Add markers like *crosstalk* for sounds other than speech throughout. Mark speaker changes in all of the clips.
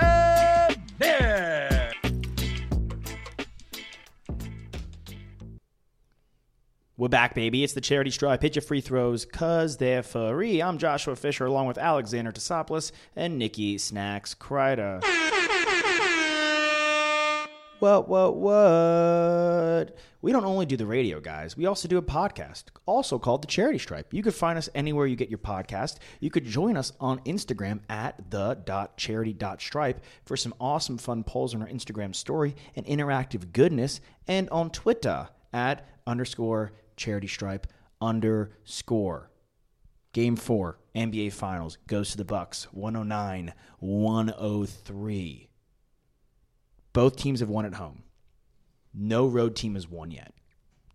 Speaker 1: and Nick.
Speaker 2: We're back, baby. It's the charity stripe. Hit your free throws, cause they're free. I'm Joshua Fisher, along with Alexander Tosopoulos and Nikki Snacks Kreider. What, what, what? We don't only do the radio, guys. We also do a podcast, also called The Charity Stripe. You could find us anywhere you get your podcast. You could join us on Instagram at the.charity.stripe for some awesome fun polls on our Instagram story and interactive goodness, and on Twitter at underscore charity stripe underscore. Game four, NBA Finals goes to the Bucks, 109, 103. Both teams have won at home. No road team has won yet.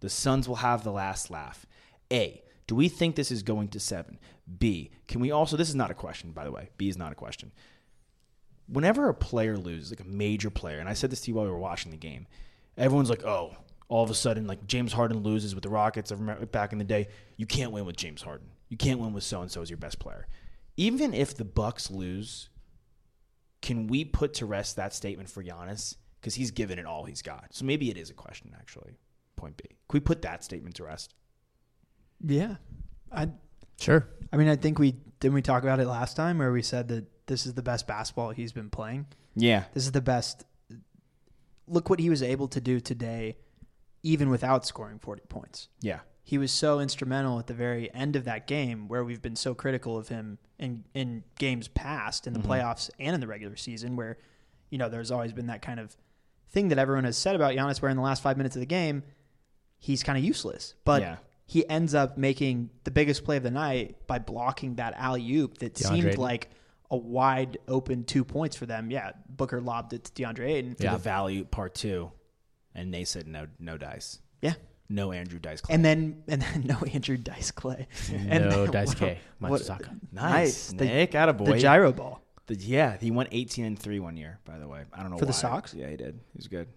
Speaker 2: The Suns will have the last laugh. A, do we think this is going to seven? B, can we also, this is not a question, by the way. B is not a question. Whenever a player loses, like a major player, and I said this to you while we were watching the game, everyone's like, oh, all of a sudden, like James Harden loses with the Rockets. I remember back in the day, you can't win with James Harden. You can't win with so and so as your best player. Even if the Bucks lose, can we put to rest that statement for Giannis? Because he's given it all he's got. So maybe it is a question, actually. Point B. Can we put that statement to rest?
Speaker 3: Yeah, I.
Speaker 4: Sure.
Speaker 3: I mean, I think we didn't we talk about it last time where we said that this is the best basketball he's been playing.
Speaker 2: Yeah.
Speaker 3: This is the best. Look what he was able to do today, even without scoring forty points.
Speaker 2: Yeah.
Speaker 3: He was so instrumental at the very end of that game where we've been so critical of him in in games past, in the playoffs and in the regular season, where you know there's always been that kind of thing that everyone has said about Giannis, where in the last five minutes of the game, he's kind of useless. But
Speaker 2: Yeah.
Speaker 3: he ends up making the biggest play of the night by blocking that alley oop that seemed
Speaker 4: Ayton.
Speaker 3: like a wide open two points for them. Yeah, Booker lobbed it to DeAndre Ayton.
Speaker 2: The value part two. And they said no no dice.
Speaker 3: Yeah.
Speaker 2: No Andrew Dice Clay.
Speaker 3: And then and then *laughs* no Andrew Dice Clay. And
Speaker 4: No
Speaker 3: then-
Speaker 4: Dice
Speaker 3: what-
Speaker 4: K. Much
Speaker 3: what-
Speaker 4: Saka.
Speaker 2: nice.
Speaker 3: The-
Speaker 2: Nick, attaboy.
Speaker 3: The gyro ball.
Speaker 2: The- yeah, he went 18 and 3 one year, by the way. I don't know
Speaker 3: For
Speaker 2: why.
Speaker 3: the Sox?
Speaker 2: Yeah, he did. He was good.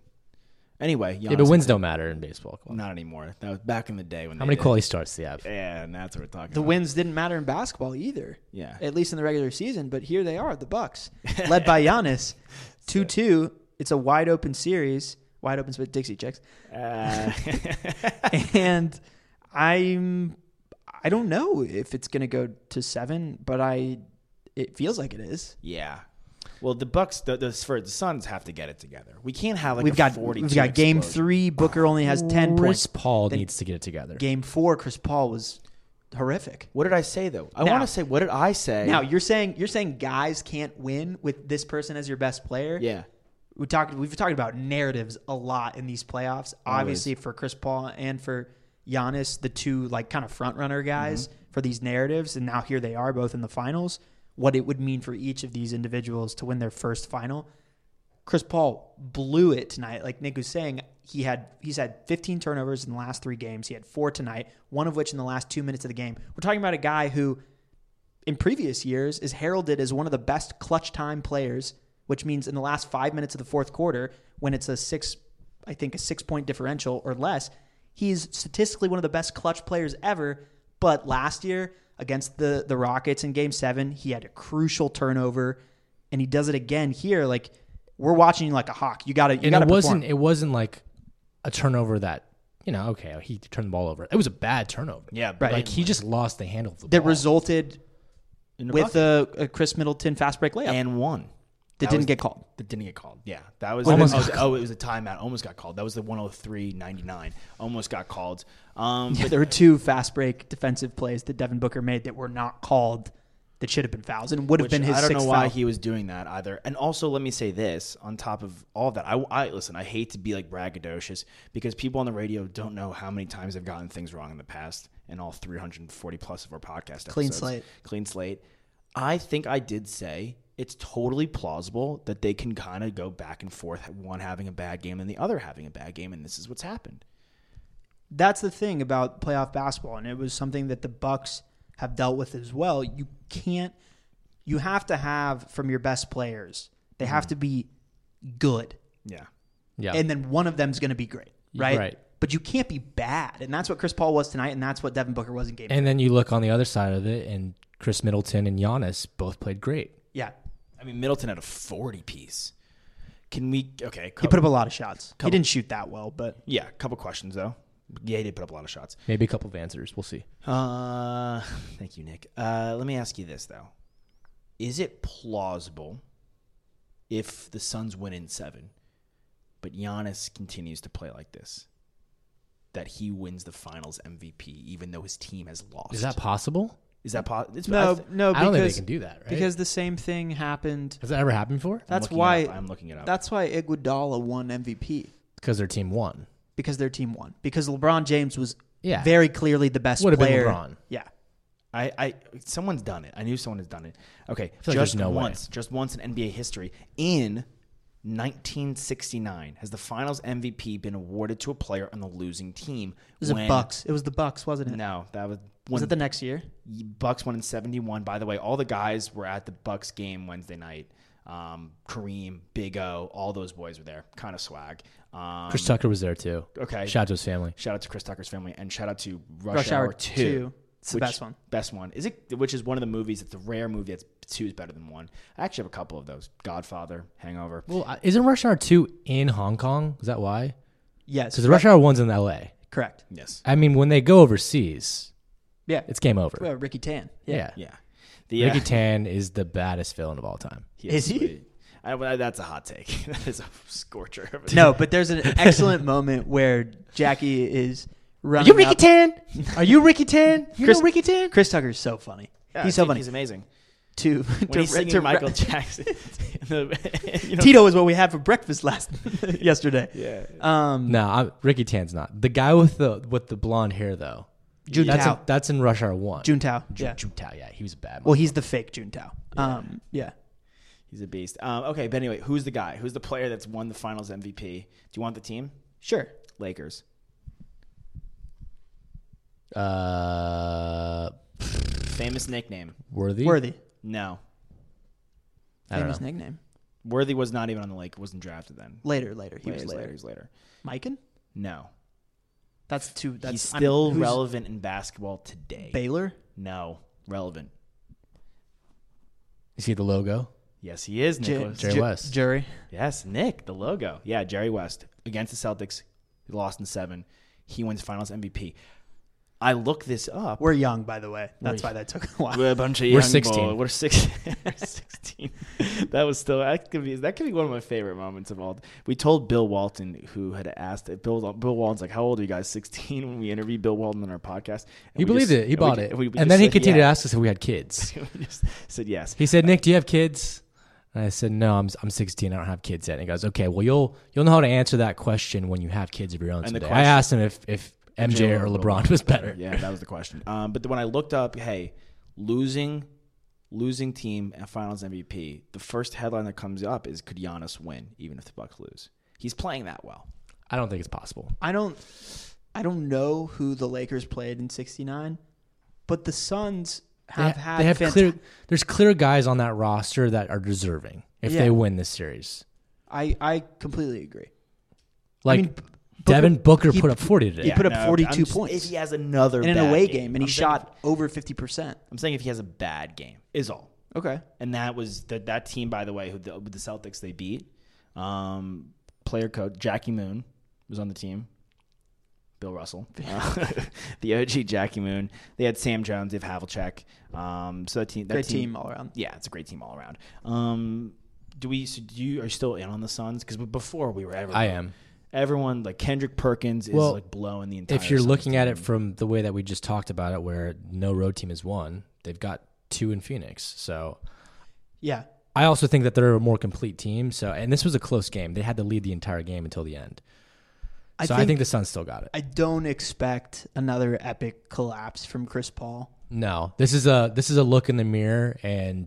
Speaker 2: Anyway,
Speaker 4: Yeah, but
Speaker 2: Giannis-
Speaker 4: wins don't matter in baseball. Come on.
Speaker 2: Not anymore. That was back in the day when
Speaker 4: How
Speaker 2: they
Speaker 4: many
Speaker 2: did.
Speaker 4: quality starts do you have?
Speaker 2: Yeah, and that's what we're talking
Speaker 3: The
Speaker 2: about.
Speaker 3: wins didn't matter in basketball either.
Speaker 2: Yeah.
Speaker 3: At least in the regular season, but here they are, the *laughs* Bucks, led by *laughs* Giannis, two-two. It's a wide open series, wide open split Dixie checks, Uh. *laughs* and I'm, I don't know if it's going to go to seven, but I, it feels like it is.
Speaker 2: yeah. Well, the Bucks, the, the for the Suns have to get it together. We can't have like
Speaker 3: we've
Speaker 2: a
Speaker 3: got
Speaker 2: 42
Speaker 3: we've got game
Speaker 2: explosion.
Speaker 3: three. Booker only has ten points.
Speaker 4: Chris Paul
Speaker 3: Then
Speaker 4: needs to get it together.
Speaker 3: Game four, Chris Paul was horrific.
Speaker 2: What did I say though? I
Speaker 3: Now-
Speaker 2: want to say what did I say?
Speaker 3: Now you're saying you're saying guys can't win with this person as your best player.
Speaker 2: yeah,
Speaker 3: we talked we've talked about narratives a lot in these playoffs. Obviously for Chris Paul and for Giannis, the two like kind of front runner guys for these narratives, and now here they are both in the finals. What it would mean for each of these individuals to win their first final. Chris Paul blew it tonight. Like Nick was saying, he had he's had 15 turnovers in the last three games. He had four tonight, one of which in the last two minutes of the game. We're talking about a guy who in previous years is heralded as one of the best clutch time players, which means in the last five minutes of the fourth quarter, when it's a six, I think a six point differential or less, he's statistically one of the best clutch players ever. But last year against the the Rockets in Game Seven, he had a crucial turnover, and he does it again here. Like we're watching like a hawk. You got to you
Speaker 4: and
Speaker 3: got to
Speaker 4: it wasn't
Speaker 3: perform.
Speaker 4: it wasn't like a turnover that you know okay he turned the ball over. It was a bad turnover.
Speaker 2: Yeah,
Speaker 4: but
Speaker 2: Right.
Speaker 4: like he just lost the handle of the
Speaker 3: that
Speaker 4: ball.
Speaker 3: resulted
Speaker 2: In the
Speaker 3: with
Speaker 2: bucket.
Speaker 3: a, a Chris Middleton fast break layup
Speaker 2: and one
Speaker 3: that didn't get called.
Speaker 2: that didn't get called. Yeah, that was
Speaker 4: Almost
Speaker 2: oh,
Speaker 4: got
Speaker 2: it was- oh, it was a timeout. Almost got called. That was the 103.99. Almost got called. Um,
Speaker 3: Yeah,
Speaker 2: but
Speaker 3: there were two fast break defensive plays that Devin Booker made that were not called that should have been fouls and would have
Speaker 2: Which
Speaker 3: been his
Speaker 2: I don't know
Speaker 3: sixth
Speaker 2: why
Speaker 3: foul.
Speaker 2: he was doing that either. And also, let me say this: on top of all that, I, I listen. I hate to be like braggadocious because people on the radio don't know how many times they've gotten things wrong in the past, and all 340 plus of our podcast
Speaker 3: Clean
Speaker 2: episodes.
Speaker 3: slate.
Speaker 2: clean slate. I think I did say it's totally plausible that they can kind of go back and forth, one having a bad game and the other having a bad game, and this is what's happened.
Speaker 3: that's the thing about playoff basketball, and it was something that the Bucks have dealt with as well. You can't, you have to have from your best players. They have to be good,
Speaker 2: Yeah.
Speaker 4: Yeah.
Speaker 3: and then one of them's going to be great, right?
Speaker 4: Right.
Speaker 3: But you can't be bad, and that's what Chris Paul was tonight, and that's what Devin Booker was in game.
Speaker 4: and then you look on the other side of it, and Chris Middleton and Giannis both played great.
Speaker 3: yeah,
Speaker 2: I mean, Middleton had a 40 piece. Can we? Okay.
Speaker 3: he put up a lot of shots.
Speaker 2: Couple-
Speaker 3: He didn't shoot that well, but
Speaker 2: yeah, a couple questions though. Yeah, he did put up a lot of shots.
Speaker 4: Maybe a couple of answers. We'll see.
Speaker 2: Uh, *laughs* thank you, Nick. Uh, let me ask you this though: Is it plausible if the Suns win in seven, but Giannis continues to play like this, that he wins the Finals MVP even though his team has lost?
Speaker 4: Is that possible?
Speaker 2: is that possible?
Speaker 3: no, no, because
Speaker 4: I don't think they can do that, right?
Speaker 3: because the same thing happened.
Speaker 4: Has that ever happened before?
Speaker 3: That's
Speaker 2: looking it
Speaker 3: why
Speaker 2: up. I'm looking it up.
Speaker 3: That's why Iguodala won MVP
Speaker 4: Because their team won.
Speaker 3: because their team won because LeBron James was
Speaker 4: Yeah.
Speaker 3: very clearly the best
Speaker 4: Would've been
Speaker 3: player.
Speaker 4: LeBron.
Speaker 3: Yeah,
Speaker 2: I, I someone's done it. I knew someone has done it. Okay,
Speaker 4: feel like
Speaker 2: just
Speaker 4: there's no way.
Speaker 2: once, just once in NBA history, in 1969, has the Finals MVP been awarded to a player on the losing team?
Speaker 3: it was the Bucks. It was the Bucks, wasn't it?
Speaker 2: No, that was
Speaker 3: Was
Speaker 2: when
Speaker 3: it the next year?
Speaker 2: Bucks won in 71. By the way, all the guys were at the Bucks game Wednesday night. Um, Kareem, Big O, all those boys were there. Kind of swag. Um,
Speaker 4: Chris Tucker was there too.
Speaker 2: okay.
Speaker 4: Shout out to his family.
Speaker 2: Shout out to Chris Tucker's family, and shout out to Rush,
Speaker 3: Rush
Speaker 2: Hour,
Speaker 3: Hour
Speaker 2: Two.
Speaker 3: 2. It's the
Speaker 2: which-
Speaker 3: best one.
Speaker 2: Best one is it? Which is one of the movies. It's a rare movie that's two is better than one. I actually have a couple of those: Godfather, Hangover.
Speaker 4: Well, I- isn't Rush Hour 2 in Hong Kong? Is that why?
Speaker 3: Yes,
Speaker 4: Because the Rush Hour 1's in LA.
Speaker 3: correct.
Speaker 2: Yes.
Speaker 4: I mean, when they go overseas,
Speaker 3: Yeah,
Speaker 4: it's game over.
Speaker 3: Well, Ricky Tan.
Speaker 4: yeah.
Speaker 2: Yeah. The uh,
Speaker 4: Ricky Tan is the baddest villain of all time.
Speaker 2: he is
Speaker 3: Is he?
Speaker 2: sweet. I, well, that's a hot take. *laughs* that is a scorcher. of a-
Speaker 3: No, but there's an excellent moment where Jackie is running. up-
Speaker 4: Tan?
Speaker 2: *laughs*
Speaker 4: Are you Ricky Tan? You
Speaker 3: Chris-
Speaker 4: Tan?
Speaker 3: Chris Tucker's so funny.
Speaker 2: Yeah, I
Speaker 3: he's so
Speaker 2: think
Speaker 3: funny.
Speaker 2: He's amazing.
Speaker 3: to
Speaker 2: When
Speaker 3: to,
Speaker 2: he's singing
Speaker 3: *laughs* to-
Speaker 2: Michael Jackson. *laughs* The- *laughs* you know-
Speaker 3: Tito is what we had for breakfast last *laughs* yesterday.
Speaker 2: Yeah.
Speaker 3: Um,
Speaker 4: No, I'm, Ricky Tan's not. The guy with the with the blonde hair though.
Speaker 3: Jun
Speaker 4: That's,
Speaker 3: Tao.
Speaker 4: a, that's in Rush Hour 1.
Speaker 3: Jun Tao. Yeah.
Speaker 4: Jun Tao, yeah. He was a bad.
Speaker 3: Well, he's the fake Jun Tao. Um, yeah.
Speaker 2: He's a beast. Um, okay, but anyway, who's the guy? Who's the player that's won the Finals MVP? Do you want the team?
Speaker 3: Sure.
Speaker 2: Lakers.
Speaker 4: mother- uh,
Speaker 2: Famous nickname.
Speaker 4: worthy?
Speaker 3: Worthy.
Speaker 2: No.
Speaker 4: I don't
Speaker 3: Famous
Speaker 4: know.
Speaker 3: nickname.
Speaker 2: Worthy was not even on the lake. Wasn't drafted then.
Speaker 3: Later, later. He
Speaker 2: He
Speaker 3: was later.
Speaker 2: He's later.
Speaker 3: Mikan?
Speaker 2: No.
Speaker 3: That's too. That's
Speaker 2: He's
Speaker 3: I'm-
Speaker 2: still
Speaker 3: who's-
Speaker 2: relevant in basketball today.
Speaker 3: Baylor.
Speaker 2: no. Relevant.
Speaker 4: You see the logo?
Speaker 2: Yes, he is, Nick.
Speaker 3: J-
Speaker 2: West.
Speaker 4: Jerry
Speaker 3: J-
Speaker 4: West.
Speaker 3: Jerry.
Speaker 2: yes, Nick, the logo. Yeah, Jerry West against the Celtics. He lost in seven. He wins finals MVP. I look this up.
Speaker 3: We're young, by the way. That's why that took a while.
Speaker 2: We're a bunch of
Speaker 4: We're
Speaker 2: young
Speaker 4: 16.
Speaker 2: boy- We're, six, *laughs* we're 16. That was still that could be that could be one of my favorite moments of all. We told Bill Walton who had asked Bill Bill Walton's like, "How old are you guys?" *laughs* 16 when we interviewed Bill Walton on our podcast. And we
Speaker 4: He believed
Speaker 2: just-
Speaker 4: it. He
Speaker 2: and
Speaker 4: bought
Speaker 2: we ju-
Speaker 4: it.
Speaker 2: we- we just
Speaker 4: and then he
Speaker 2: said
Speaker 4: continued to
Speaker 2: yes.
Speaker 4: ask us if we had kids.
Speaker 2: *laughs* We just said yes.
Speaker 4: He said, "Nick, do you have kids?" And I said, "No, I'm I'm 16. I don't have kids yet." And he goes, "Okay, well you'll you'll know how to answer that question when you have kids of your own."
Speaker 2: And the
Speaker 4: Someday. I
Speaker 2: question-
Speaker 4: asked him if if MJ or LeBron was better.
Speaker 2: Yeah, that was the question. Um, but when I looked up, hey, losing, losing team and Finals MVP, the first headline that comes up is could Giannis win even if the Bucks lose? He's playing that well.
Speaker 4: I don't think it's possible.
Speaker 3: I don't I don't know who the Lakers played in 69, but the Suns
Speaker 4: They,
Speaker 3: have
Speaker 4: ha-
Speaker 3: had
Speaker 4: they have
Speaker 3: fanta-
Speaker 4: clear. There's clear guys on that roster that are deserving if
Speaker 3: Yeah.
Speaker 4: they win this series.
Speaker 3: I I completely agree.
Speaker 4: Like
Speaker 3: mean, B-
Speaker 4: Devin Booker
Speaker 3: he-
Speaker 4: put up 40 today.
Speaker 3: He put up
Speaker 2: No, I'm
Speaker 3: 42
Speaker 2: just-
Speaker 3: points
Speaker 2: If he has another
Speaker 3: in an
Speaker 2: bad
Speaker 3: away game, and
Speaker 2: I'm
Speaker 3: he
Speaker 2: saying
Speaker 3: shot over 50%.
Speaker 2: if- I'm saying if he has a bad game, is all.
Speaker 3: Okay.
Speaker 2: And that was the, that team, by the way, who the, with the Celtics they beat. Um, player coach Jackie Moon was on the team. Bill *laughs* Russell, Uh, the OG Jackie Moon. They had Sam Jones. They have Havlicek. Um, so that team, that
Speaker 3: Great team all around.
Speaker 2: yeah, it's a great team all around. Um, do we? So do you are you still in on the Suns? Because before we were everyone.
Speaker 4: I am.
Speaker 2: Everyone like Kendrick Perkins is
Speaker 4: Well,
Speaker 2: like blowing the entire.
Speaker 4: If you're
Speaker 2: Suns
Speaker 4: looking at it
Speaker 2: team.
Speaker 4: from the way that we just talked about it, where no road team has won, they've got two in Phoenix. So
Speaker 3: Yeah.
Speaker 4: I also think that they're a more complete team. So, and this was a close game. They had to lead the entire game until the end. So I think, the Suns still got it.
Speaker 3: I don't expect another epic collapse from Chris Paul.
Speaker 4: no, this is a this is a look in the mirror and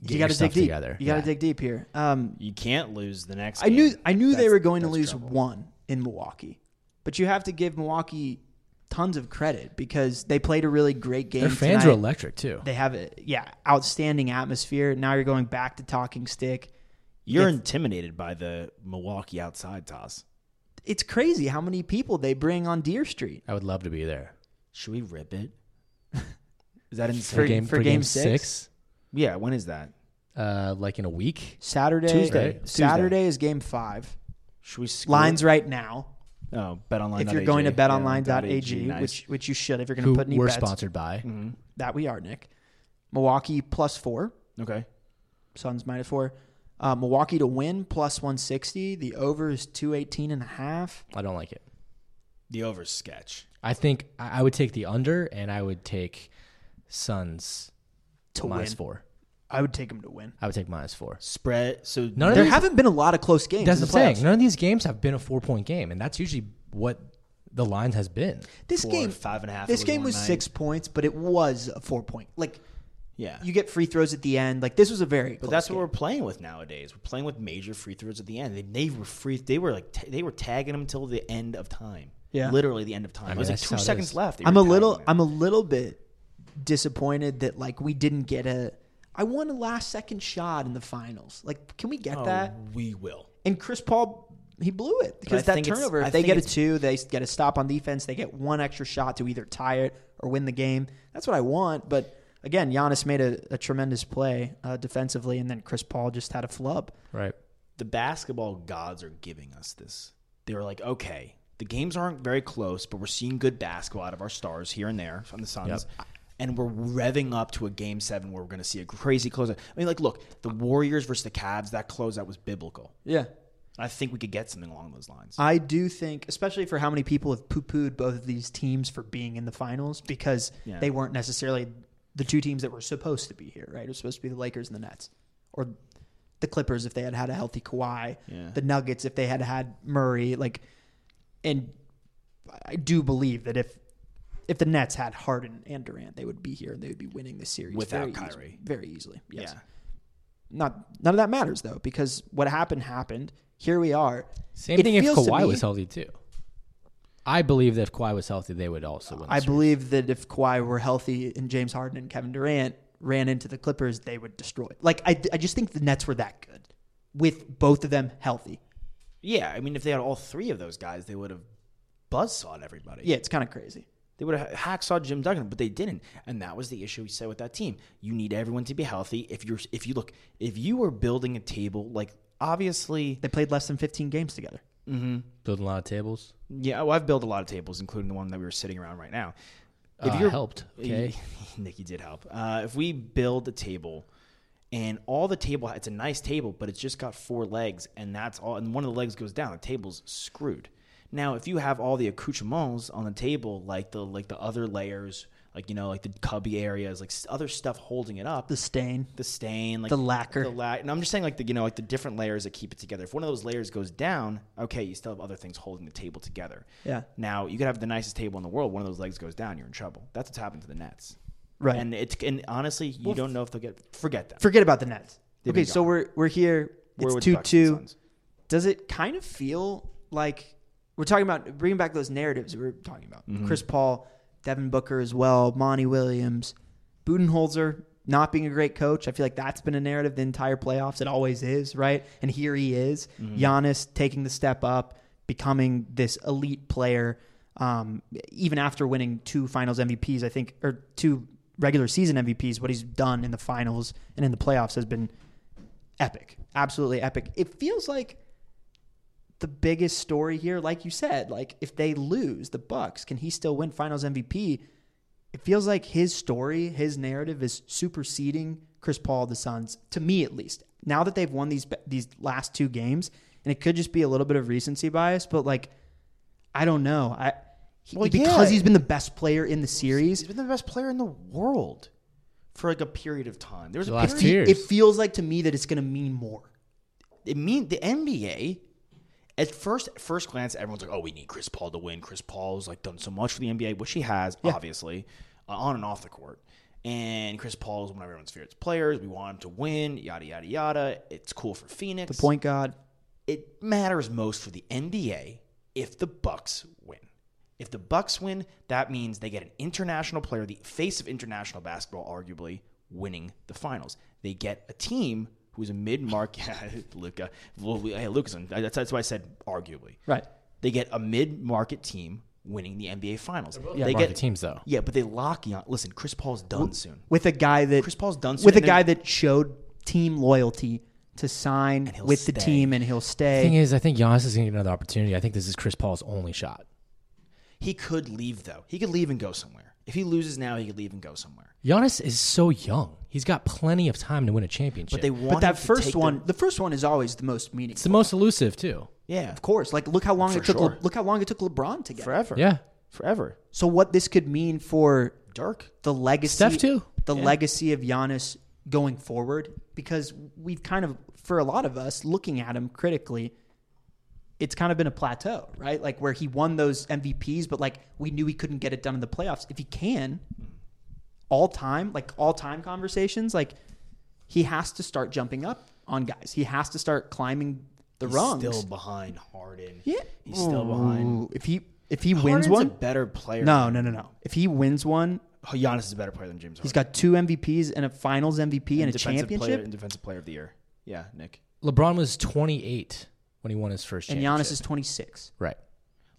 Speaker 4: get
Speaker 3: you
Speaker 4: got
Speaker 3: got
Speaker 4: to
Speaker 3: to dig deep.
Speaker 4: together.
Speaker 3: You got to
Speaker 4: Yeah.
Speaker 3: dig deep here. Um,
Speaker 2: you can't lose the next.
Speaker 3: I knew
Speaker 2: game.
Speaker 3: I knew they
Speaker 2: That's-
Speaker 3: were going to
Speaker 2: that's
Speaker 3: lose
Speaker 2: trouble.
Speaker 3: one in Milwaukee. But you have to give Milwaukee tons of credit because they played a really great game.
Speaker 4: Their fans
Speaker 3: tonight.
Speaker 4: are electric too.
Speaker 3: They have a yeah outstanding atmosphere. Now you're going back to talking stick.
Speaker 2: You're intimidated by the Milwaukee outside toss.
Speaker 3: It's crazy how many people they bring on Deer Street.
Speaker 4: I would love to be there.
Speaker 2: Should we rip it? *laughs* Is that insane?
Speaker 3: For- for game six?
Speaker 2: yeah, when is that?
Speaker 4: uh, like in a week.
Speaker 3: Saturday,
Speaker 2: Tuesday.
Speaker 3: Right. Saturday is game five.
Speaker 2: Should we screw-
Speaker 3: Lines right now.
Speaker 2: Oh, betonline.
Speaker 3: If you're going to betonline.ag, which which you should if you're going to
Speaker 4: Who
Speaker 3: put any
Speaker 4: we're
Speaker 3: bets,
Speaker 4: sponsored by.
Speaker 3: Mm-hmm. that we are, Nick. Milwaukee plus four,
Speaker 2: okay,
Speaker 3: Suns minus four. Uh, Milwaukee to win plus 160. The over is 218 and a half.
Speaker 4: I don't like it.
Speaker 2: the over sketch.
Speaker 4: I think I I would take the under, and I would take Suns
Speaker 3: To
Speaker 4: minus
Speaker 3: win.
Speaker 4: four.
Speaker 3: I would take them to win.
Speaker 4: I would take minus four.
Speaker 2: Spread. So
Speaker 4: None of
Speaker 3: There
Speaker 4: these,
Speaker 3: haven't been a lot of close games.
Speaker 4: that's
Speaker 3: in
Speaker 4: the
Speaker 3: the
Speaker 4: thing.
Speaker 3: playoffs.
Speaker 4: None of these games have been a four point game, and that's usually what the line has been.
Speaker 3: This
Speaker 2: Four,
Speaker 3: game,
Speaker 2: five and a half, it
Speaker 3: This
Speaker 2: was
Speaker 3: game
Speaker 2: one
Speaker 3: was
Speaker 2: night.
Speaker 3: six points, but it was a four point. Like
Speaker 2: yeah,
Speaker 3: you get free throws at the end. Like this was a very.
Speaker 2: But that's what we're playing with nowadays. We're playing with major free throws at the end. They, they were free. They were like t- they were tagging them till the end of time.
Speaker 3: Yeah.
Speaker 2: literally the end of time.
Speaker 4: mean,
Speaker 2: it was like
Speaker 4: that's
Speaker 2: two
Speaker 4: how it
Speaker 2: seconds
Speaker 4: is.
Speaker 2: left. they
Speaker 3: I'm
Speaker 2: were
Speaker 3: a little.
Speaker 2: tagging them.
Speaker 3: I'm a little bit disappointed that like we didn't get a. I want a last second shot in the finals. Like, can we get
Speaker 2: Oh,
Speaker 3: that?
Speaker 2: We will.
Speaker 3: And Chris Paul, he blew it because
Speaker 2: I
Speaker 3: that
Speaker 2: think it's-
Speaker 3: turnover.
Speaker 2: I
Speaker 3: If they
Speaker 2: think
Speaker 3: get a
Speaker 2: it's-
Speaker 3: two, they get a stop on defense. They get one extra shot to either tie it or win the game. That's what I want. But again, Giannis made a, a tremendous play uh, defensively, and then Chris Paul just had a flub.
Speaker 4: Right.
Speaker 2: The basketball gods are giving us this. They were like, okay, the games aren't very close, but we're seeing good basketball out of our stars here and there from the Suns. And we're revving up to a game seven where we're going to see a crazy closeout. I mean, like, look, the Warriors versus the Cavs, that closeout was biblical.
Speaker 3: Yeah,
Speaker 2: I think we could get something along those lines.
Speaker 3: I do think, especially for how many people have poo pooed both of these teams for being in the finals because
Speaker 2: Yeah.
Speaker 3: they weren't necessarily the two teams that were supposed to be here, right? It was supposed to be the Lakers and the Nets. Or the Clippers if they had had a healthy Kawhi,
Speaker 2: Yeah.
Speaker 3: the Nuggets if they had had Murray. Like, and I do believe that if. If the Nets had Harden and Durant, they would be here and they would be winning the series
Speaker 2: Without
Speaker 3: very eas-
Speaker 2: Kyrie.
Speaker 3: very easily. Yes
Speaker 2: Yeah.
Speaker 3: not none of that matters though because what happened happened. Here we are.
Speaker 4: Same
Speaker 3: It
Speaker 4: thing if
Speaker 3: feels to
Speaker 4: Kawhi
Speaker 3: me-
Speaker 4: was healthy too. I believe that if Kawhi was healthy, they would also win.
Speaker 3: I
Speaker 4: this.
Speaker 3: believe that if Kawhi were healthy and James Harden and Kevin Durant ran into the Clippers, they would destroy. Like I, I just think the Nets were that good with both of them healthy.
Speaker 2: Yeah, I mean, if they had all three of those guys, they would have buzzsawed everybody.
Speaker 3: Yeah, it's kind of crazy.
Speaker 2: They would have hacksawed Jim Duggan, but they didn't, and that was the issue we said with that team. You need everyone to be healthy. If you're, if you look, if you were building a table, like obviously,
Speaker 3: They played less than 15 games together.
Speaker 4: building a lot of tables.
Speaker 2: yeah. Well, I've built a lot of tables, including the one that we were sitting around right now. If
Speaker 4: Uh,
Speaker 2: you're
Speaker 4: helped, okay.
Speaker 2: *laughs* Nikki did help. Uh, if we build a table, and all the table, it's a nice table, but it's just got four legs, and that's all. And one of the legs goes down, the table's screwed. Now, if you have all the accoutrements on the table, like the like the other layers, like you know, like the cubby areas, like s- other stuff holding it up,
Speaker 3: The stain.
Speaker 2: the stain, like
Speaker 3: The lacquer.
Speaker 2: the la- and I'm just saying, like the you know, like the different layers that keep it together. If one of those layers goes down, okay, you still have other things holding the table together.
Speaker 3: Yeah.
Speaker 2: Now you could have the nicest table in the world. One of those legs goes down, you're in trouble. That's what's happened to the Nets.
Speaker 3: Right.
Speaker 2: And it's and honestly, you don't know if they'll get forget them.
Speaker 3: Forget about the Nets.
Speaker 2: They've
Speaker 3: okay,
Speaker 2: been
Speaker 3: so
Speaker 2: gone.
Speaker 3: we're we're here.
Speaker 2: We're
Speaker 3: It's
Speaker 2: with
Speaker 3: two
Speaker 2: Bucks and
Speaker 3: two.
Speaker 2: Suns.
Speaker 3: Does it kind of feel like we're talking about bringing back those narratives we were talking about?
Speaker 2: Mm-hmm.
Speaker 3: Chris Paul, Devin Booker as well, Monty Williams, Budenholzer not being a great coach. I feel like that's been a narrative the entire playoffs. It always is, right? And here he is,
Speaker 2: Mm-hmm.
Speaker 3: Giannis taking the step up, becoming this elite player. Um, even after winning two Finals MVPs, I think, or two regular season MVPs, what he's done in the finals and in the playoffs has been epic, absolutely epic. It feels like the biggest story here, like you said, like if they lose the Bucks, can he still win Finals MVP? It feels like his story, his narrative is superseding Chris Paul, the Suns, to me at least. Now that they've won these these last two games, and it could just be a little bit of recency bias, but like I don't know, I he-
Speaker 2: Well, yeah.
Speaker 3: because he's been the best player in the series.
Speaker 2: He's been the best player in the world for like a period of time. There was
Speaker 4: The
Speaker 2: a
Speaker 4: last
Speaker 2: period
Speaker 4: two years.
Speaker 3: It feels like to me that it's going to mean more.
Speaker 2: it mean the NBA. At first, at first glance, everyone's like, "Oh, we need Chris Paul to win." Chris Paul's like done so much for the NBA, which he has, obviously, uh, on and off the court. And Chris Paul is one of everyone's favorite players. We want him to win, yada yada yada. It's cool for Phoenix.
Speaker 3: Point God,
Speaker 2: it matters most for the NBA if the Bucks win. If the Bucks win, that means they get an international player, the face of international basketball, arguably winning the finals. They get a team who's a *laughs* mid-market Luca. Well, we- Hey, Luca's on. That's, that's why I said arguably.
Speaker 3: Right.
Speaker 2: They get a mid-market team winning the NBA Finals.
Speaker 4: yeah,
Speaker 2: they
Speaker 4: market teams, though.
Speaker 2: Yeah, but they lock Gian. Listen, Chris Paul's done soon.
Speaker 3: with a guy that
Speaker 2: Chris Paul's done soon,
Speaker 3: with a
Speaker 2: and then-
Speaker 3: guy that showed team loyalty to sign
Speaker 2: he'll
Speaker 3: with the
Speaker 2: stay.
Speaker 3: team and he'll stay.
Speaker 4: thing is, I think Giannis is going to get another opportunity. I think this is Chris Paul's only shot.
Speaker 2: He could leave though. He could leave and go somewhere. If he loses now, he could leave and go somewhere.
Speaker 4: Giannis is so young. He's got plenty of time to win a championship.
Speaker 2: But they want
Speaker 3: but that
Speaker 2: him to
Speaker 3: first
Speaker 2: take
Speaker 3: one,
Speaker 2: The,
Speaker 3: the first one is always the most
Speaker 4: it's
Speaker 3: meaningful.
Speaker 4: the most elusive, too.
Speaker 2: yeah,
Speaker 3: Of course, like look how long
Speaker 2: For
Speaker 3: it took.
Speaker 2: sure.
Speaker 3: Look how long it took LeBron to get.
Speaker 2: forever.
Speaker 4: Yeah.
Speaker 2: forever.
Speaker 3: So what this could mean for
Speaker 2: Dirk.
Speaker 3: the legacy,
Speaker 4: Steph, too.
Speaker 3: the legacy of Giannis going forward, because we've kind of, for a lot of us, looking at him critically, it's kind of been a plateau, right? Like where he won those MVPs, but like we knew he couldn't get it done in the playoffs. If he can, all time, like all time conversations, like he has to start jumping up on guys. He has to start climbing the
Speaker 2: He's
Speaker 3: rungs.
Speaker 2: still behind Harden.
Speaker 3: Yeah.
Speaker 2: he's still behind.
Speaker 3: Ooh, if he if he
Speaker 2: Harden's
Speaker 3: wins
Speaker 2: a
Speaker 3: one,
Speaker 2: better player.
Speaker 3: no, no, no, no. If he wins one,
Speaker 2: Oh, Giannis is a better player than James.
Speaker 3: He's got two MVPs and a Finals MVP and, a
Speaker 2: player,
Speaker 3: championship.
Speaker 2: and defensive player of the year. Yeah, Nick.
Speaker 4: LeBron was 28 when he won his first
Speaker 3: And
Speaker 4: championship.
Speaker 3: Giannis is 26.
Speaker 4: Right.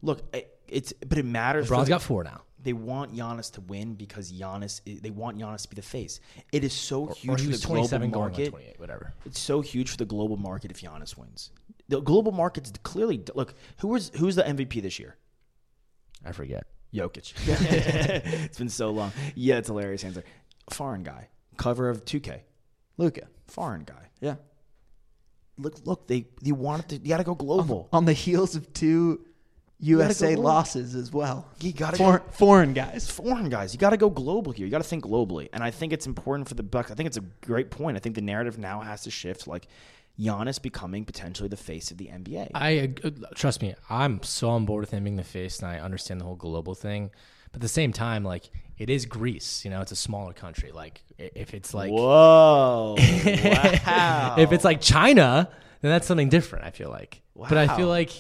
Speaker 2: Look, it, it's but it matters. for
Speaker 4: LeBron's
Speaker 2: the-
Speaker 4: got four now.
Speaker 2: they want Giannis to win because Giannis. They want Giannis to be the face. It is so huge
Speaker 4: Or he
Speaker 2: for
Speaker 4: was
Speaker 2: the global
Speaker 4: 27 going on
Speaker 2: market.
Speaker 4: 28, whatever.
Speaker 2: It's so huge for the global market if Giannis wins. The global market's clearly look who was who's the MVP this year?
Speaker 4: I forget.
Speaker 3: *laughs*
Speaker 2: Jokic. it's been so long. Yeah, it's a hilarious answer. Foreign guy, cover of 2K.
Speaker 3: Luca.
Speaker 2: Foreign guy.
Speaker 3: Yeah.
Speaker 2: Look, look, they they wanted to. You got to go
Speaker 3: Um,
Speaker 2: global.
Speaker 3: On the heels of two USA
Speaker 2: go-
Speaker 3: losses as well.
Speaker 2: You gotta
Speaker 3: Foreign,
Speaker 2: go-
Speaker 3: foreign guys.
Speaker 2: Foreign guys, you got to go global here. You got to think globally, and I think it's important for the Bucks. I think it's a great point. I think the narrative now has to shift, like Giannis becoming potentially the face of the NBA.
Speaker 4: I uh, trust me. I'm so on board with him being the face, and I understand the whole global thing. But at the same time, like it is Greece. You know, it's a smaller country. Like i- if it's
Speaker 3: *laughs*
Speaker 4: like
Speaker 2: Whoa! wow!
Speaker 4: *laughs* if it's like China, then that's something different. I feel like. But I feel
Speaker 2: Wow.
Speaker 4: like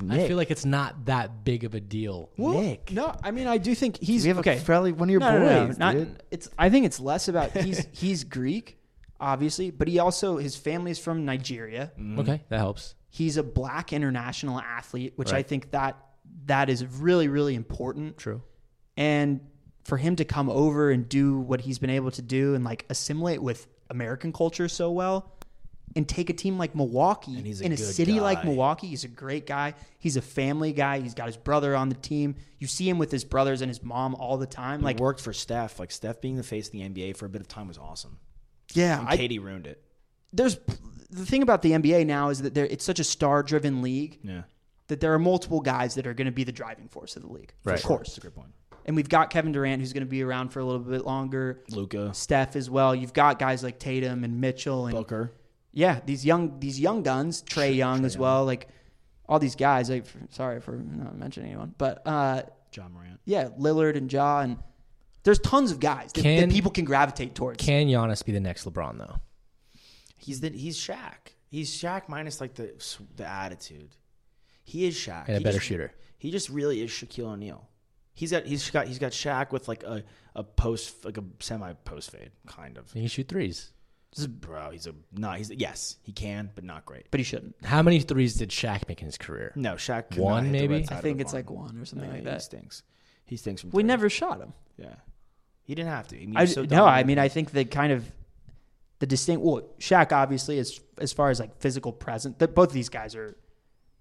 Speaker 4: I
Speaker 2: Nick.
Speaker 4: feel like it's not that big of a deal.
Speaker 2: Nick.
Speaker 3: No, I mean I do think he's
Speaker 2: We have a-
Speaker 3: okay.
Speaker 2: probably one of your
Speaker 3: no, no, no,
Speaker 2: boys,
Speaker 3: not-
Speaker 2: dude.
Speaker 3: it's. I think it's less about he's *laughs* he's Greek, obviously, but he also his family is from Nigeria.
Speaker 2: Mm.
Speaker 4: Mm-hmm. Okay, that helps.
Speaker 3: He's a black international athlete, which I think that that is really really important.
Speaker 4: True.
Speaker 3: and for him to come over and do what he's been able to do and like assimilate with American culture so well and take a team like Milwaukee
Speaker 2: he's a
Speaker 3: in a
Speaker 2: good
Speaker 3: city like
Speaker 2: guy.
Speaker 3: Milwaukee he's a great guy he's a family guy he's got his brother on the team you see him with his brothers and his mom all the time
Speaker 2: Like
Speaker 3: like
Speaker 2: worked for Steph. Like Steph being the face of the NBA for a bit of time was awesome.
Speaker 3: yeah I,
Speaker 2: Katie ruined it.
Speaker 3: there's the thing about the NBA now is that there it's such a star driven league
Speaker 2: Yeah,
Speaker 3: that there are multiple guys that are going to be the driving force of the league
Speaker 4: Right.
Speaker 3: of course
Speaker 2: that's a good point.
Speaker 3: and we've got Kevin Durant who's going to be around for a little bit longer
Speaker 2: Luca,
Speaker 3: Steph as well. You've got guys like Tatum and Mitchell and
Speaker 2: Booker.
Speaker 3: yeah, these young these young guns, Trey Young as well, like all these guys. Like, f- sorry for not mentioning anyone, but uh,
Speaker 2: John Morant.
Speaker 3: yeah, Lillard and Ja and there's tons of guys that,
Speaker 4: Can-
Speaker 3: that people can gravitate towards.
Speaker 4: Can Giannis be the next LeBron though?
Speaker 2: He's the he's Shaq. He's Shaq minus like the s- the attitude. He is Shaq.
Speaker 4: And a
Speaker 2: He
Speaker 4: better
Speaker 2: just-
Speaker 4: shooter.
Speaker 2: He just really is Shaquille O'Neal. He's got he's got he's got Shaq with like a, a post like a semi post fade kind of.
Speaker 4: He can shoot threes.
Speaker 2: This is- bro, he's a not he's yes he can but not great.
Speaker 3: but he shouldn't.
Speaker 4: How many threes did Shaq make in his career?
Speaker 2: No, Shaq could
Speaker 4: One,
Speaker 2: not hit the
Speaker 4: maybe?
Speaker 2: right
Speaker 4: I
Speaker 2: side
Speaker 3: I
Speaker 2: of
Speaker 3: think
Speaker 2: the
Speaker 3: it's
Speaker 2: barn.
Speaker 3: like one or something
Speaker 2: No,
Speaker 3: like
Speaker 2: He
Speaker 3: that.
Speaker 2: stinks. He stinks from
Speaker 3: We
Speaker 2: three.
Speaker 3: never shot him.
Speaker 2: Yeah, he didn't have to. I mean,
Speaker 3: I,
Speaker 2: he's so
Speaker 3: no, I
Speaker 2: dominant.
Speaker 3: mean I think the kind of the distinct well, Shaq obviously is as far as like physical presence. That both of these guys are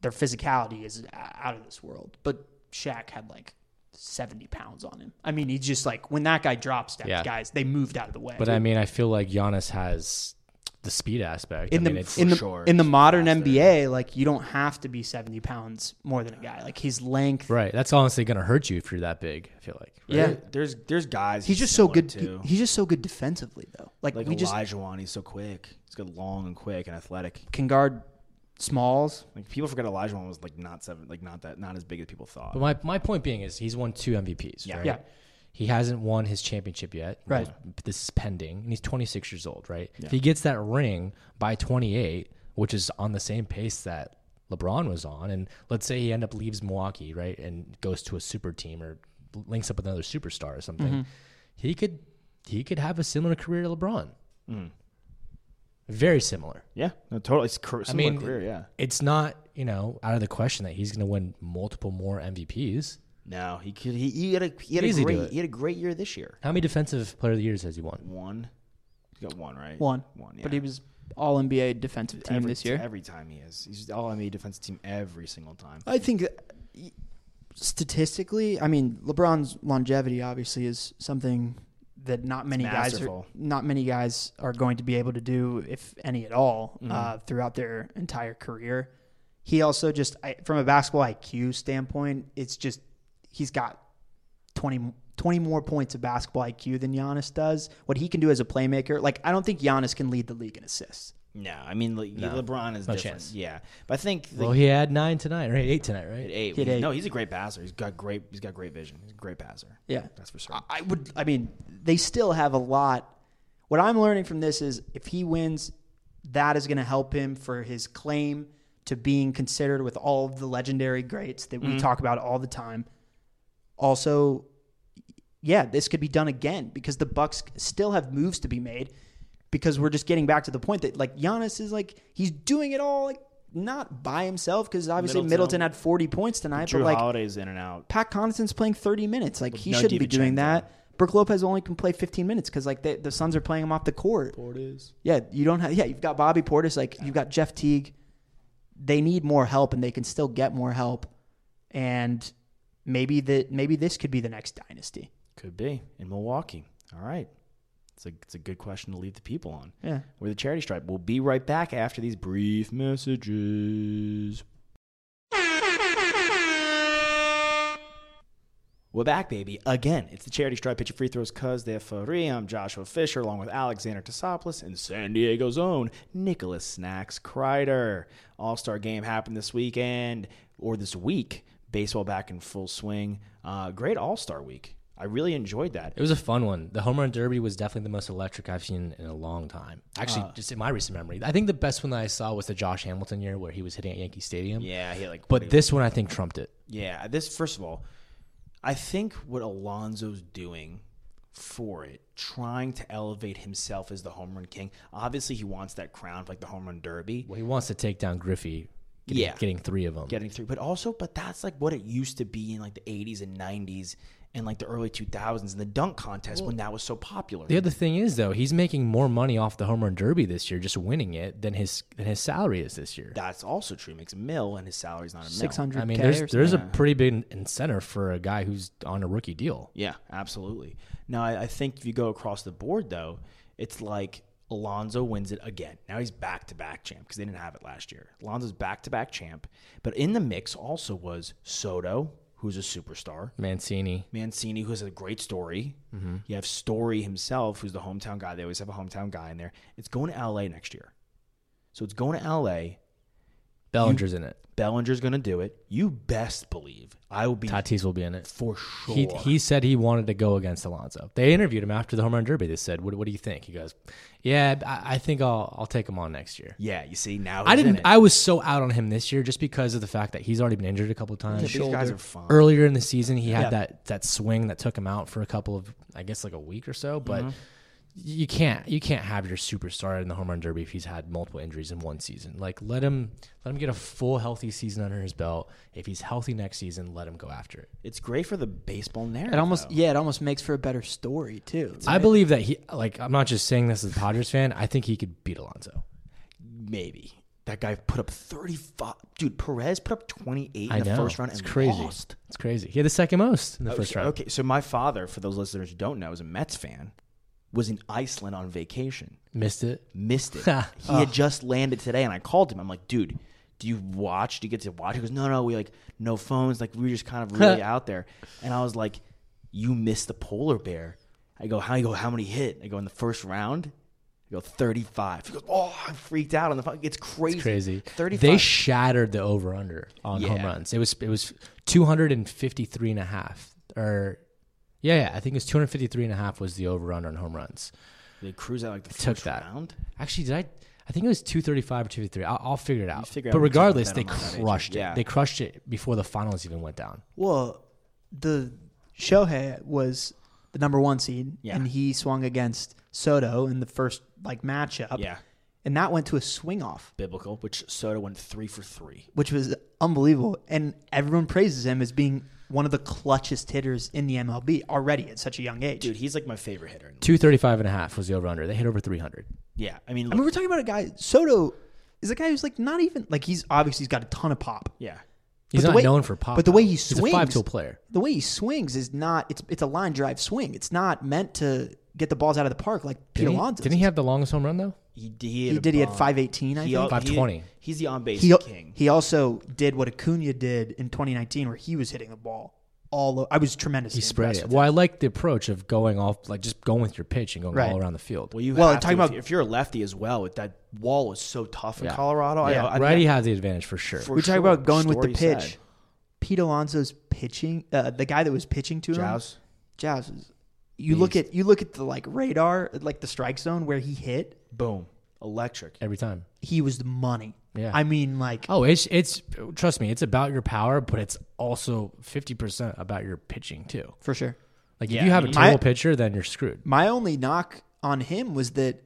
Speaker 3: their physicality is o- out of this world. But Shaq had like seventy pounds on him. I mean, he's just like when that guy drops steps,
Speaker 4: Yeah.
Speaker 3: guys, they moved out of the way.
Speaker 4: But I mean, I feel like Giannis has the speed aspect.
Speaker 3: in
Speaker 4: I
Speaker 3: the
Speaker 4: mean, it's,
Speaker 3: in the
Speaker 2: sure
Speaker 3: in the
Speaker 2: it's
Speaker 3: modern
Speaker 2: faster.
Speaker 3: NBA, like you don't have to be seventy pounds more than a guy. Like his length,
Speaker 4: right. That's honestly going to hurt you if you're that big. I feel like. Right?
Speaker 3: yeah.
Speaker 2: There- there's there's guys.
Speaker 3: He's just so
Speaker 2: similar
Speaker 3: good.
Speaker 2: to.
Speaker 3: he's just so good defensively, though. Like,
Speaker 2: like
Speaker 3: we just
Speaker 2: Elijah Wan. He's so quick. He's good, long and quick and athletic.
Speaker 3: can guard smalls.
Speaker 2: Like people forget Elijah Wan was like not seven, like not that, not as big as people thought.
Speaker 4: But my, my point being is he's won two MVPs.
Speaker 2: Yeah.
Speaker 4: Right?
Speaker 3: Yeah.
Speaker 4: He hasn't won his championship yet.
Speaker 3: Right.
Speaker 4: This is pending, and he's 26 years old. Right. If he gets that ring by 28, which is on the same pace that LeBron was on, and let's say he end up leaves Milwaukee, right, and goes to a super team or links up with another superstar or something,
Speaker 3: Mm-hmm.
Speaker 4: he could he could have a similar career to LeBron.
Speaker 3: Mm.
Speaker 4: Very similar.
Speaker 2: Yeah, no, totally. It's cr- similar
Speaker 4: mean,
Speaker 2: career. Yeah.
Speaker 4: It's not you know out of the question that he's going to win multiple more MVPs.
Speaker 2: No, he could. He, he had a he had
Speaker 4: Easy
Speaker 2: a
Speaker 4: to
Speaker 2: great
Speaker 4: it.
Speaker 2: he had a great year this year.
Speaker 4: How many defensive player of the years has he won?
Speaker 2: One, he got one right.
Speaker 3: One.
Speaker 2: one. Yeah.
Speaker 5: But he was all NBA defensive team
Speaker 2: every,
Speaker 5: this year.
Speaker 2: Every time he is, he's all NBA defensive team every single time.
Speaker 3: I think that, y- statistically, I mean, LeBron's longevity obviously is something that not many guys are,
Speaker 2: masterful.
Speaker 3: not many guys are going to be able to do, if any at all,
Speaker 2: Mm-hmm.
Speaker 3: uh, throughout their entire career. He also just I, from a basketball IQ standpoint, it's just he's got 20, 20 more points of basketball IQ than Giannis does. What he can do as a playmaker, like I don't think Giannis can lead the league in assists.
Speaker 2: No, I mean like, LeBron is different.
Speaker 4: chance.
Speaker 2: Yeah, but I think the,
Speaker 4: Well, he had nine tonight, right? Eight tonight, right?
Speaker 2: at eight,
Speaker 3: hit
Speaker 2: we-
Speaker 3: eight.
Speaker 2: no, he's a great passer. He's got great. He's got great vision. He's a great passer.
Speaker 3: Yeah.
Speaker 2: that's for sure.
Speaker 3: I would. I mean, they still have a lot. What I'm learning from this is if he wins, that is going to help him for his claim to being considered with all of the legendary greats that
Speaker 2: Mm-hmm.
Speaker 3: we talk about all the time. Also, yeah, this could be done again because the Bucks still have moves to be made. Because we're just getting back to the point that like Giannis is like he's doing it all like not by himself because obviously Middleton,
Speaker 2: Middleton.
Speaker 3: had 40 points tonight,
Speaker 2: Drew
Speaker 3: but like
Speaker 2: Holiday's in and out.
Speaker 3: Pat Connaughton's playing 30 minutes. Like he
Speaker 2: no
Speaker 3: shouldn't be doing
Speaker 2: DiVincenzo.
Speaker 3: that. Brooke Lopez only can play 15 minutes because like they, the Suns are playing him off the court. Portis. Yeah, you don't have. Yeah, you've got Bobby Portis. Like you've got Jeff Teague. They need more help, and they can still get more help. And maybe that maybe this could be the next dynasty.
Speaker 2: Could be in Milwaukee. All right, it's a it's a good question to leave the people on.
Speaker 3: Yeah.
Speaker 2: We're the charity stripe. We'll be right back after these brief messages. We're back, baby. Again, it's the charity stripe. Pitch your free throws, cuz they're free. I'm Joshua Fisher, along with Alexander Tosopoulos and San Diego's own Nicholas Snacks Kreider. All star game happened this weekend or this week. Baseball back in full swing. Uh, great All Star week. I really enjoyed that.
Speaker 4: It was a fun one. The home run derby was definitely the most electric I've seen in a long time. Actually,
Speaker 2: Ah.
Speaker 4: just in my recent memory, I think the best one that I saw was the Josh Hamilton year where he was hitting at Yankee Stadium.
Speaker 2: Yeah, he had like
Speaker 4: But this one I think trumped it.
Speaker 2: Yeah, this first of all, I think what Alonzo's doing for it, trying to elevate himself as the home run king. Obviously, he wants that crown of like the home run derby,
Speaker 4: Well, he wants to take down Griffey. Getting,
Speaker 2: Yeah.
Speaker 4: getting three of them.
Speaker 2: getting through. But also, but that's like what it used to be in like the '80s and '90s and like the early 2000s in the dunk contest when that was so popular.
Speaker 4: the other thing is though, he's making more money off the home run derby this year, just winning it, than his than his salary is this year.
Speaker 2: that's also true. Makes a mill and his salary's not a mill.
Speaker 3: Six hundred.
Speaker 4: I mean, there's there's a pretty big incentive for a guy who's on a rookie deal.
Speaker 2: Yeah, absolutely. Now, I, I think if you go across the board, though, it's like Alonzo wins it again. Now he's back to back champ because they didn't have it last year. Alonzo's back to back champ. But in the mix also was Soto, who's a superstar.
Speaker 4: Mancini.
Speaker 2: Mancini, who has a great story.
Speaker 4: Mm-hmm.
Speaker 2: You have Story himself, who's the hometown guy. They always have a hometown guy in there. It's going to LA next year. So it's going to LA.
Speaker 4: Bellinger's in it.
Speaker 2: Bellinger's going to do it. You best believe I will be
Speaker 4: Tatis will be in it.
Speaker 2: for sure.
Speaker 4: He, he said he wanted to go against Alonso. They interviewed him after the home run derby. They said, "What, what do you think?" He goes, "Yeah, I, I think I'll I'll take him on next year."
Speaker 2: yeah, you see, now he's
Speaker 4: I
Speaker 2: in
Speaker 4: didn't.
Speaker 2: it.
Speaker 4: I was so out on him this year just because of the fact that he's already been injured a couple of times.
Speaker 2: These guys are fun.
Speaker 4: Earlier in the season, he had that that swing that took him out for a couple of, I guess, like a week or so. But you can't you can't have your superstar in the home run derby if he's had multiple injuries in one season. Like let him let him get a full healthy season under his belt. If he's healthy next season, let him go after it.
Speaker 2: It's great for the baseball narrative.
Speaker 3: It almost yeah, it almost makes for a better story too.
Speaker 4: I believe that he like I'm not just saying this as a Padres fan. I think he could beat Alonso.
Speaker 2: maybe that guy put up 35. Dude, Perez put up 28
Speaker 4: I
Speaker 2: in the
Speaker 4: know.
Speaker 2: first round
Speaker 4: it's
Speaker 2: and
Speaker 4: crazy.
Speaker 2: lost.
Speaker 4: It's crazy. He had the second most in the first
Speaker 2: So-
Speaker 4: round.
Speaker 2: Okay, so my father, for those listeners who don't know, is a Mets fan. Was in Iceland on vacation,
Speaker 4: Missed it.
Speaker 2: missed
Speaker 3: *laughs*
Speaker 2: it. he
Speaker 3: Oh.
Speaker 2: had just landed today, and I called him. I'm like, dude, do you watch? Do you get to watch? He goes, no, no, we like no phones. Like we were just kind of
Speaker 3: *laughs*
Speaker 2: really out there. And I was like, you missed the polar bear. I go, how? I go, how many hit? I go in the first round. I go 35. He goes, oh, I freaked out on the phone. It's crazy.
Speaker 4: It's crazy.
Speaker 2: 35.
Speaker 4: They shattered the over under on home
Speaker 2: Yeah.
Speaker 4: runs. It was it was 253 and a half or yeah, yeah, I think it was 253 and a half was the over under on home runs.
Speaker 2: They cruise out like the
Speaker 4: Took
Speaker 2: first
Speaker 4: that.
Speaker 2: round.
Speaker 4: Actually, did I I think it was 235 or 253. I'll, I'll figure it out.
Speaker 2: figure out what's
Speaker 4: but
Speaker 2: up with
Speaker 4: regardless,
Speaker 2: that
Speaker 4: they
Speaker 2: amount of that
Speaker 4: crushed it.
Speaker 2: Yeah.
Speaker 4: They crushed it before the finals even went down.
Speaker 3: Well, the Shohei was the number one seed,
Speaker 2: Yeah.
Speaker 3: and he swung against Soto in the first like matchup.
Speaker 2: Yeah.
Speaker 3: and that went to a swing off,
Speaker 2: biblical, which Soto went three for three.
Speaker 3: which was unbelievable. And everyone praises him as being one of the clutchest hitters in the MLB already at such a young age.
Speaker 2: Dude, he's like my favorite hitter. In the
Speaker 4: 235 and a half was the over under. They hit over 300.
Speaker 2: yeah, I mean,
Speaker 3: I mean, we're talking about a guy. Soto is a guy who's like not even like he's obviously he's got a ton of pop.
Speaker 2: yeah,
Speaker 4: He's
Speaker 3: the
Speaker 4: not
Speaker 3: way-
Speaker 4: known for pop.
Speaker 3: but the way he
Speaker 4: He's
Speaker 3: swings-
Speaker 4: a five tool player.
Speaker 3: the way he swings is not it's it's a line drive swing. It's not meant to get the balls out of the park like Pete
Speaker 4: Didn't he,
Speaker 3: Alonso.
Speaker 4: didn't he have the longest home run though?
Speaker 2: he did. He,
Speaker 3: He
Speaker 2: a
Speaker 3: did. He had
Speaker 2: bomb.
Speaker 3: five eighteen. I
Speaker 2: He
Speaker 3: think.
Speaker 2: al- he-
Speaker 4: 520.
Speaker 2: He's the on base
Speaker 3: he,
Speaker 2: king.
Speaker 3: he also did what Acuna did in 2019, where he was hitting the ball all. o- I was tremendous.
Speaker 4: He spread it. Well, I like the approach of going off, like just going with your pitch and going
Speaker 3: Right.
Speaker 4: all around the field.
Speaker 2: Well, you
Speaker 3: Well,
Speaker 2: have
Speaker 3: talking
Speaker 2: to, if-
Speaker 3: about-
Speaker 2: if you're a lefty as well. With that wall is so tough in
Speaker 4: Yeah.
Speaker 2: Colorado. I-
Speaker 3: Yeah.
Speaker 2: I, I,
Speaker 4: Righty has the advantage for sure.
Speaker 2: for
Speaker 3: we talk
Speaker 2: sure.
Speaker 3: about going with the
Speaker 2: Story
Speaker 3: pitch.
Speaker 2: side.
Speaker 3: Pete Alonso's pitching, uh, the guy that was pitching to
Speaker 2: Jouse.
Speaker 3: him, Jouse. is- You look at you look at the like radar, like the strike zone where he hit.
Speaker 2: Boom, electric.
Speaker 4: Every time.
Speaker 3: He was the money.
Speaker 4: Yeah.
Speaker 3: I mean, like
Speaker 4: Oh, it's it's trust me, it's about your power, but it's also fifty percent about your pitching too.
Speaker 3: for sure.
Speaker 4: Like
Speaker 2: Yeah,
Speaker 4: if you have
Speaker 2: I
Speaker 4: a
Speaker 2: mean-
Speaker 4: terrible
Speaker 3: My-
Speaker 4: pitcher, then you're screwed.
Speaker 3: My only knock on him was that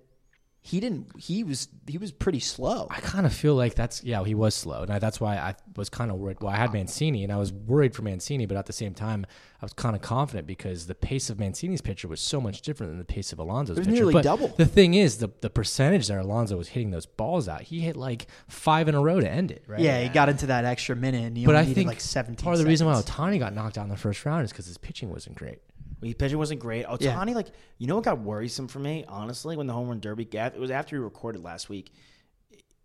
Speaker 3: he didn't. He was he was pretty slow.
Speaker 4: I kind of feel like that's yeah, he was slow, and I, that's why I was kind of worried. Well, I had Mancini, and I was worried for Mancini, but at the same time, I was kind of confident because the pace of Mancini's pitcher was so much different than the pace of Alonso's
Speaker 3: was
Speaker 4: pitcher.
Speaker 3: nearly
Speaker 4: but
Speaker 3: double.
Speaker 4: The thing is, the the percentage that Alonso was hitting those balls out, he hit like five in a row to end it. Right?
Speaker 3: Yeah, he got into that extra minute and he
Speaker 4: But
Speaker 3: only
Speaker 4: I
Speaker 3: needed
Speaker 4: think
Speaker 3: like 17
Speaker 4: part of the reason why
Speaker 3: seconds.
Speaker 4: Otani got knocked out in the first round is because his pitching wasn't great.
Speaker 2: He pitching wasn't great.
Speaker 3: Yeah.
Speaker 2: Otani, like you know what got worrisome for me, honestly, when the home run derby gaff it was after we recorded last week.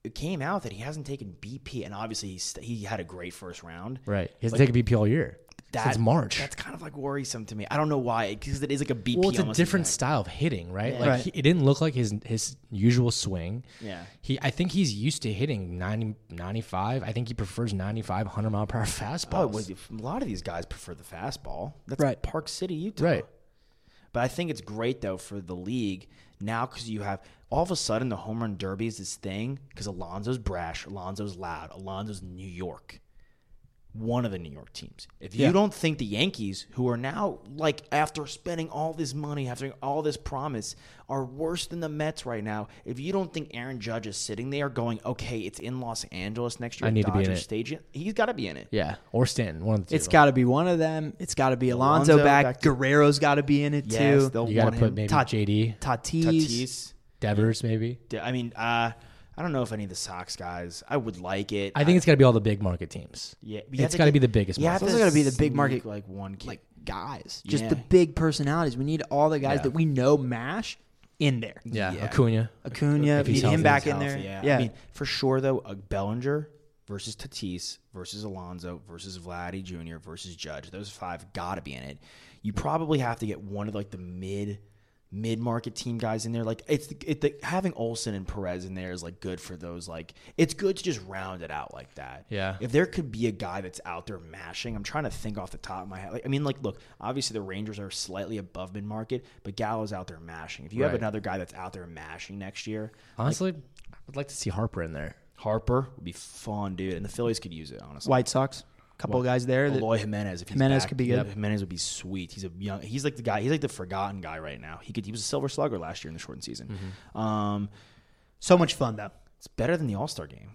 Speaker 2: It came out that he hasn't taken BP, and obviously he's, he had a great first round.
Speaker 4: Right. He hasn't taken BP all year. since March.
Speaker 2: That's kind of like worrisome to me. I don't know why, because it is like a BP.
Speaker 4: well, it's a
Speaker 2: almost
Speaker 4: different
Speaker 2: effect.
Speaker 4: style of hitting, right?
Speaker 2: Yeah.
Speaker 4: Like
Speaker 3: Right.
Speaker 4: He, it didn't look like his his usual swing.
Speaker 2: Yeah.
Speaker 4: He I think he's used to hitting 90, 95. I think he prefers 95 100 mile per hour
Speaker 2: Oh,
Speaker 4: fastballs.
Speaker 2: well, a lot of these guys prefer the fastball. That's
Speaker 4: Right.
Speaker 2: Park City, Utah.
Speaker 4: right.
Speaker 2: But I think it's great though for the league now because you have all of a sudden the home run derby is this thing because Alonzo's brash, Alonzo's loud, Alonzo's New York, one of the New York teams. If you don't think the Yankees, who are now like after spending all this money, after all this promise, are worse than the Mets right now, if you don't think Aaron Judge is sitting there going, okay, it's in Los Angeles next year,
Speaker 4: I
Speaker 2: at
Speaker 4: need to be in
Speaker 2: Dodger
Speaker 4: it."
Speaker 2: Stadium, he's got to be in it.
Speaker 4: Yeah. Or Stanton, one of the two.
Speaker 3: It's got to be one of them. It's got to be Alonso,
Speaker 2: Alonso
Speaker 3: back.
Speaker 2: back to-
Speaker 3: Guerrero's got to be in it
Speaker 2: Yes,
Speaker 3: too.
Speaker 2: they'll
Speaker 4: you got
Speaker 2: want
Speaker 4: to put
Speaker 2: him.
Speaker 4: maybe
Speaker 3: Tot-
Speaker 4: JD,
Speaker 3: Tatis.
Speaker 2: Tatis.
Speaker 4: Devers maybe.
Speaker 2: Yeah, I mean, uh, I don't know if any of the Sox guys. I would like it.
Speaker 4: I think it's got to be all the big market teams.
Speaker 2: yeah, but you have
Speaker 4: It's got to
Speaker 2: get-
Speaker 4: be the biggest.
Speaker 2: You have
Speaker 4: market.
Speaker 3: Those
Speaker 2: to
Speaker 3: are gonna be the big
Speaker 2: sneak,
Speaker 3: market,
Speaker 2: like one kid.
Speaker 3: Like guys, just
Speaker 2: Yeah.
Speaker 3: the big personalities. We need all the guys that we know mash in there.
Speaker 4: Yeah.
Speaker 2: yeah.
Speaker 4: Acuna.
Speaker 3: Acuna,
Speaker 4: If he's
Speaker 3: we need
Speaker 4: healthy,
Speaker 3: him back
Speaker 4: he's
Speaker 3: in there.
Speaker 2: yeah.
Speaker 3: Yeah,
Speaker 2: I mean, for sure though, a Bellinger versus Tatis versus Alonso versus Vladdy Jr. versus Judge. Those five got to be in it. You probably have to get one of like the mid mid market team guys in there. Like it's it, the, having Olsen and Perez in there is like good for those. Like it's good to just round it out like that.
Speaker 4: Yeah.
Speaker 2: If there could be a guy that's out there mashing, I'm trying to think off the top of my head. Like, I mean, like look, obviously the Rangers are slightly above mid market, but Gallo's out there mashing. If you have
Speaker 4: Right.
Speaker 2: another guy that's out there mashing next year,
Speaker 4: Honestly, I would like to see Harper in there.
Speaker 2: Harper would be fun, dude. And the Phillies could use it, honestly.
Speaker 3: White Sox, couple guys there. That,
Speaker 2: Aloy Jimenez, if he's
Speaker 3: Jimenez
Speaker 2: back,
Speaker 3: could be good.
Speaker 2: yeah, Jimenez would be sweet. He's a young. He's like the guy. He's like the forgotten guy right now. He could. He was a silver slugger last year in the shortened season.
Speaker 4: Mm-hmm.
Speaker 2: Um,
Speaker 3: so much fun though.
Speaker 2: it's better than the All Star game.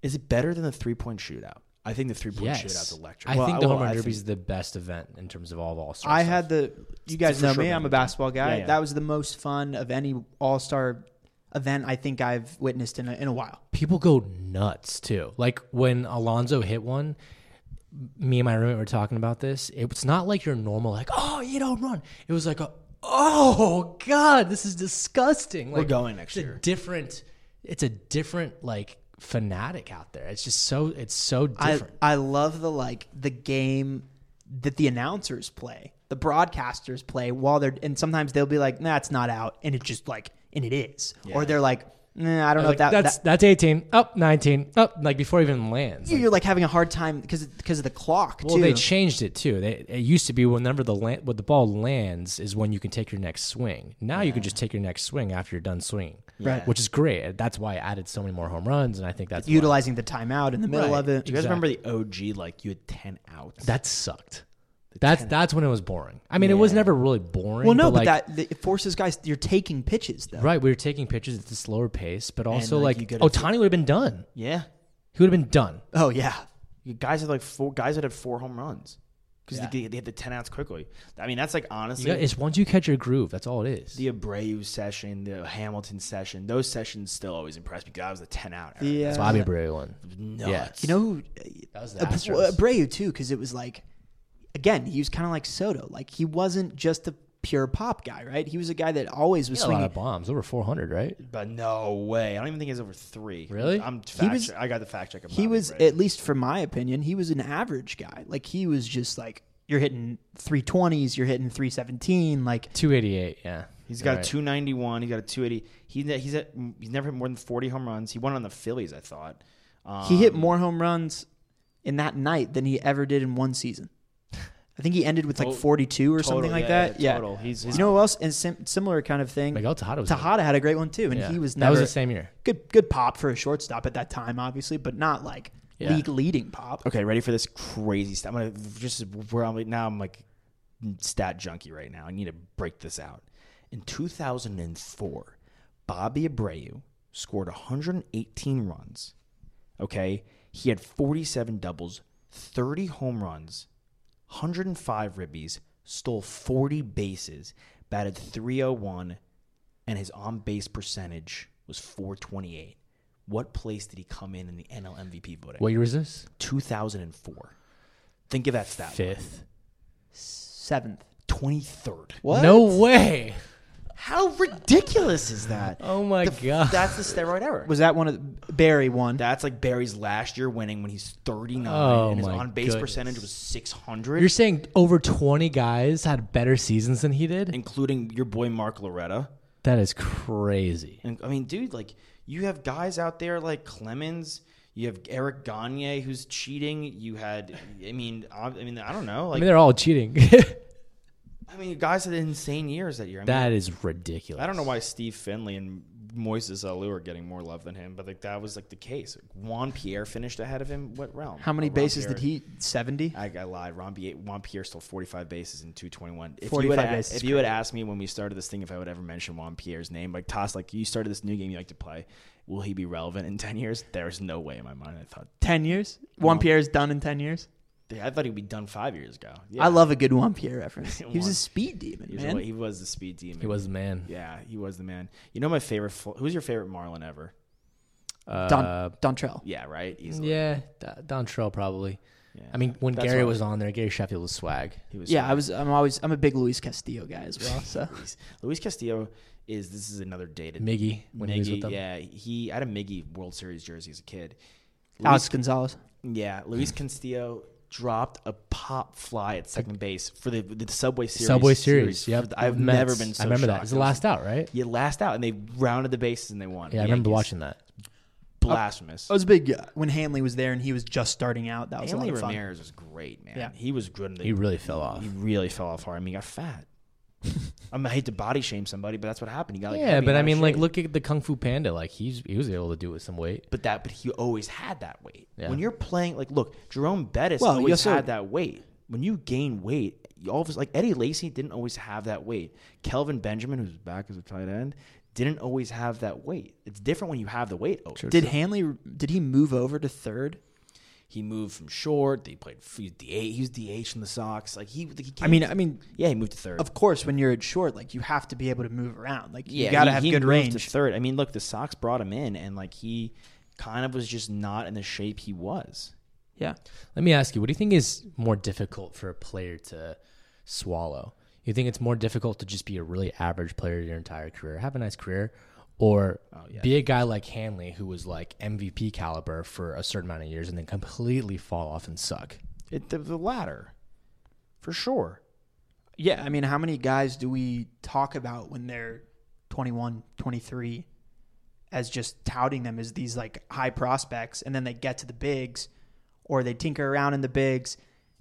Speaker 2: Is it better than the three point shootout? I think the three point shootout's electric.
Speaker 4: I
Speaker 2: Well,
Speaker 4: think the
Speaker 2: well,
Speaker 4: home run
Speaker 2: I
Speaker 4: derby
Speaker 2: think-
Speaker 4: is the best event in terms of all of all stars.
Speaker 3: I had the. You guys
Speaker 2: for
Speaker 3: know
Speaker 2: sure
Speaker 3: me. I'm a
Speaker 2: better.
Speaker 3: basketball guy.
Speaker 2: Yeah, yeah.
Speaker 3: That was the most fun of any All Star event I think I've witnessed in a, in a while.
Speaker 4: people go nuts too. Like when Alonzo hit one, me and my roommate were talking about this. It's not like your normal like, oh, you don't run. It was like, a, oh god, this is disgusting. Like,
Speaker 2: going next
Speaker 4: it's
Speaker 2: year.
Speaker 4: A different. It's a different like fanatic out there. It's just so. It's so
Speaker 3: I,
Speaker 4: different.
Speaker 3: I love the like the game that the announcers play, the broadcasters play while they're and sometimes they'll be like, nah, it's not out, and it just like and it is. Or they're like, Nah, I don't know
Speaker 4: Like,
Speaker 3: if that,
Speaker 4: that's
Speaker 3: that-
Speaker 4: that's 18, up 19, up like before it even lands. Like,
Speaker 3: you're like having a hard time because because of the clock
Speaker 4: well,
Speaker 3: too.
Speaker 4: they changed it too. They, it used to be whenever the land, when the ball lands is when you can take your next swing. Now you can just take your next swing after you're done swinging,
Speaker 3: Right.
Speaker 4: Which is great. That's why I added so many more home runs, and I think that's why-
Speaker 3: utilizing the timeout in the middle
Speaker 2: Right.
Speaker 3: of it.
Speaker 2: Do you guys remember the OG? Like you had ten outs.
Speaker 4: that sucked. That's that's when it was boring. I mean, it was never really boring.
Speaker 3: Well, no, but,
Speaker 4: like,
Speaker 3: that it forces guys. You're taking pitches though.
Speaker 4: right. We were taking pitches at the slower pace, but also
Speaker 3: like,
Speaker 4: like,
Speaker 3: you could've-
Speaker 4: Otani would have been done.
Speaker 2: yeah,
Speaker 4: He would have been done.
Speaker 3: Oh yeah.
Speaker 2: you guys had like four guys that had four home runs because they, they had the ten outs quickly. I mean, that's like honestly,
Speaker 4: Yeah, it's once you catch your groove. That's all it is.
Speaker 2: the Abreu session, the Hamilton session, those sessions still always impress me because I was the ten out. era.
Speaker 3: Yeah.
Speaker 4: It's Bobby Abreu one.
Speaker 2: nuts.
Speaker 3: uh, You know who? That
Speaker 4: was the Astros.
Speaker 3: Abreu too, because it was like, again, he was kind of like Soto. Like he wasn't just a pure pop guy, right? He was a guy that always was
Speaker 4: a lot
Speaker 3: swinging.
Speaker 4: of bombs, over 400, right?
Speaker 2: but no way. I don't even think it's over three.
Speaker 4: Really?
Speaker 2: I'm fact
Speaker 3: was-
Speaker 2: check- I got the fact check.
Speaker 3: He was, at least for my opinion, he was an average guy. Like he was just like you're hitting three twenties, you're hitting three seventeen. Like
Speaker 4: 288, yeah.
Speaker 2: He's got
Speaker 4: Right.
Speaker 2: a 291. He's got a 280. He, he's at, he's never hit more than 40 home runs. He won on the Phillies, I thought. Um,
Speaker 3: he hit more home runs in that night than he ever did in one season. I think he ended with like
Speaker 2: Total-
Speaker 3: 42 or
Speaker 2: total,
Speaker 3: something like
Speaker 2: Oh, yeah,
Speaker 3: that.
Speaker 2: yeah,
Speaker 3: Yeah.
Speaker 2: total. He's- he's-
Speaker 3: you know who else? And sim- similar kind of thing.
Speaker 4: Miguel Tejada was-
Speaker 3: Tejada had a great one too, and
Speaker 4: Yeah.
Speaker 3: he was
Speaker 4: That
Speaker 3: never
Speaker 4: was the same year.
Speaker 3: good good pop for a shortstop at that time, obviously, but not like
Speaker 4: Yeah.
Speaker 3: league leading pop.
Speaker 2: Okay, ready for this crazy stat? I'm gonna just where I'm like now. I'm like stat junkie right now. I need to break this out. In 2004, Bobby Abreu scored 118 runs. Okay, he had 47 doubles, 30 home runs, 105 ribbies, stole 40 bases, batted 301, and his on base percentage was 428. What place did he come in in the NL MVP voting?
Speaker 4: What year was this?
Speaker 2: 2004. Think of that stat.
Speaker 4: Fifth.
Speaker 3: Seventh.
Speaker 2: 23rd.
Speaker 3: What?
Speaker 4: No way.
Speaker 2: How ridiculous is that?
Speaker 4: Oh my
Speaker 2: The-
Speaker 4: God.
Speaker 2: That's the steroid era.
Speaker 3: Was that one of the, Barry one?
Speaker 2: that's like Barry's last year winning when he's 39
Speaker 4: Oh
Speaker 2: and his
Speaker 4: my
Speaker 2: on base
Speaker 4: goodness.
Speaker 2: percentage was 600,
Speaker 4: You're saying over 20 guys had better seasons than he did?
Speaker 2: including your boy Mark Loretta.
Speaker 4: That is crazy.
Speaker 2: And I mean, dude, like you have guys out there like Clemens. You have Eric Gagne who's cheating. You had, I mean, I, I mean, I don't know.
Speaker 4: I
Speaker 2: Like,
Speaker 4: mean, they're
Speaker 2: *laughs*
Speaker 4: all cheating.
Speaker 2: guys had insane years that year. I mean,
Speaker 4: that is ridiculous.
Speaker 2: I don't know why Steve Finley and Moises Alou are getting more love than him, but like that was like the case. Juan Pierre finished ahead of him. What realm?
Speaker 3: How many
Speaker 2: Oh, Ron
Speaker 3: bases
Speaker 2: Pierre-
Speaker 3: did he? 70?
Speaker 2: I, I lied. Ron, Pierre, Juan Pierre stole 45 bases in 221. If
Speaker 3: 45
Speaker 2: you had, a-
Speaker 3: bases is
Speaker 2: If you had asked me when we started this thing if I would ever mention Juan Pierre's name, like Toss, like you started this new game you like to play, will he be relevant in 10 years? There's no way in my mind. I thought,
Speaker 3: 10 years? One Pierre's done in 10 years?
Speaker 2: I thought he'd be done five years ago.
Speaker 3: I love a good Juan
Speaker 2: *laughs*
Speaker 3: Pierre reference. He was
Speaker 2: Juan-
Speaker 3: a speed demon,
Speaker 2: He was,
Speaker 3: man.
Speaker 2: he was the speed demon.
Speaker 4: He was the man.
Speaker 2: Yeah, he was the man. You know my favorite. fl- Who's your favorite Marlin ever?
Speaker 3: Don,
Speaker 4: Uh,
Speaker 3: Dontrell.
Speaker 2: Yeah, right. Easily.
Speaker 4: yeah, D- Dontrell probably.
Speaker 2: Yeah.
Speaker 4: I mean, when
Speaker 2: That's
Speaker 4: Gary
Speaker 2: why-
Speaker 4: was on there, Gary Sheffield was swag.
Speaker 2: He was
Speaker 3: Yeah, I was. I'm always. I'm a big Luis Castillo guy as well. So
Speaker 2: *laughs* Luis, Luis Castillo is this is another dated
Speaker 4: Miggy, when he was with
Speaker 2: Miggy,
Speaker 4: them.
Speaker 2: yeah, he I had a Miggy World Series jersey as a kid.
Speaker 3: Alex Gonzalez.
Speaker 2: Yeah,
Speaker 4: *laughs*
Speaker 2: Luis Castillo dropped a pop fly at second base for the, the Subway Series.
Speaker 4: Subway Series.
Speaker 2: for
Speaker 4: Yep.
Speaker 2: the- I've
Speaker 4: with
Speaker 2: never
Speaker 4: Mets.
Speaker 2: been. So
Speaker 4: I remember that.
Speaker 2: shocked.
Speaker 4: It was the last out, right?
Speaker 2: Yeah, last out, and they rounded the bases and they won.
Speaker 4: Yeah, I
Speaker 2: The
Speaker 4: remember
Speaker 2: Yankees.
Speaker 4: watching that. Oh,
Speaker 2: Blasphemous.
Speaker 3: I was a big uh, when Hanley was there and he was just starting out. That was
Speaker 2: Hanley
Speaker 3: a lot of fun.
Speaker 2: Ramirez was great, man.
Speaker 3: Yeah.
Speaker 2: He was good. in the-
Speaker 4: He really fell off.
Speaker 2: He really fell off hard. I mean, he got
Speaker 4: *laughs*
Speaker 2: fat. I, mean, I hate to body shame somebody, but that's what happened. He got like
Speaker 4: yeah,
Speaker 2: heavy
Speaker 4: but
Speaker 2: and out
Speaker 4: I
Speaker 2: of
Speaker 4: mean, like,
Speaker 2: shape.
Speaker 4: look at the Kung Fu Panda. Like, he's he was able to do it with some weight.
Speaker 2: but that but he always had that weight.
Speaker 4: Yeah.
Speaker 2: When you're playing like look, Jerome Bettis
Speaker 3: Well, you
Speaker 2: always
Speaker 3: also-
Speaker 2: had that weight. When you gain weight, you all of a like Eddie Lacy didn't always have that weight. Kelvin Benjamin, who's back as a tight end, didn't always have that weight. It's different when you have the weight. Oh, Over.
Speaker 3: Did Hanley? Did he move over to third?
Speaker 2: He moved from short. They played he was DH. He was DH in the Sox. Like he, like, he
Speaker 3: I mean, I mean,
Speaker 2: yeah, he moved to third.
Speaker 3: of course, when you're at short, like you have to be able to move around. Like
Speaker 2: yeah,
Speaker 3: you gotta
Speaker 2: he-
Speaker 3: have
Speaker 2: he
Speaker 3: good
Speaker 2: moved
Speaker 3: range.
Speaker 2: To third, I mean, look, the Sox brought him in, and like he kind of was just not in the shape he was.
Speaker 3: yeah,
Speaker 4: Let me ask you, what do you think is more difficult for a player to swallow? You think it's more difficult to just be a really average player your entire career, have a nice career, or
Speaker 3: Oh,
Speaker 4: be a guy like Hanley who was like MVP caliber for a certain amount of years and then completely fall off and suck?
Speaker 2: It, the, the latter, for sure.
Speaker 3: yeah. I mean, how many guys do we talk about when they're 21, 23, as just touting them as these like high prospects, and then they get to the bigs, or they tinker around in the bigs,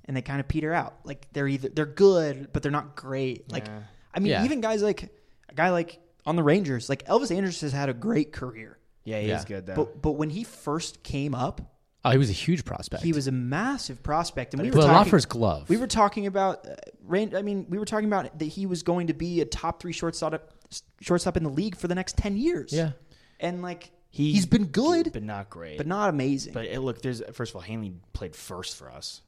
Speaker 3: and they kind of peter out. Like they're either they're good, but they're not great. Like I mean,
Speaker 4: Yeah.
Speaker 3: even guys like a guy like on the Rangers, like Elvis Anderson has had a great career,
Speaker 2: Yeah, he is
Speaker 4: Yeah.
Speaker 2: good though.
Speaker 3: but but when he first came up,
Speaker 4: Oh, he was a huge prospect.
Speaker 3: he was a massive prospect, and we were
Speaker 4: But a lot
Speaker 3: talking,
Speaker 4: for his glove.
Speaker 3: We were talking about, uh, Rand, I mean, we were talking about that he was going to be a top three shortstop, shortstop in the league for the next ten years.
Speaker 4: Yeah.
Speaker 3: and like
Speaker 2: He-
Speaker 3: he, has been good,
Speaker 2: but not great.
Speaker 3: but not amazing.
Speaker 2: But it, look, there's first of all, Hanley played first for us.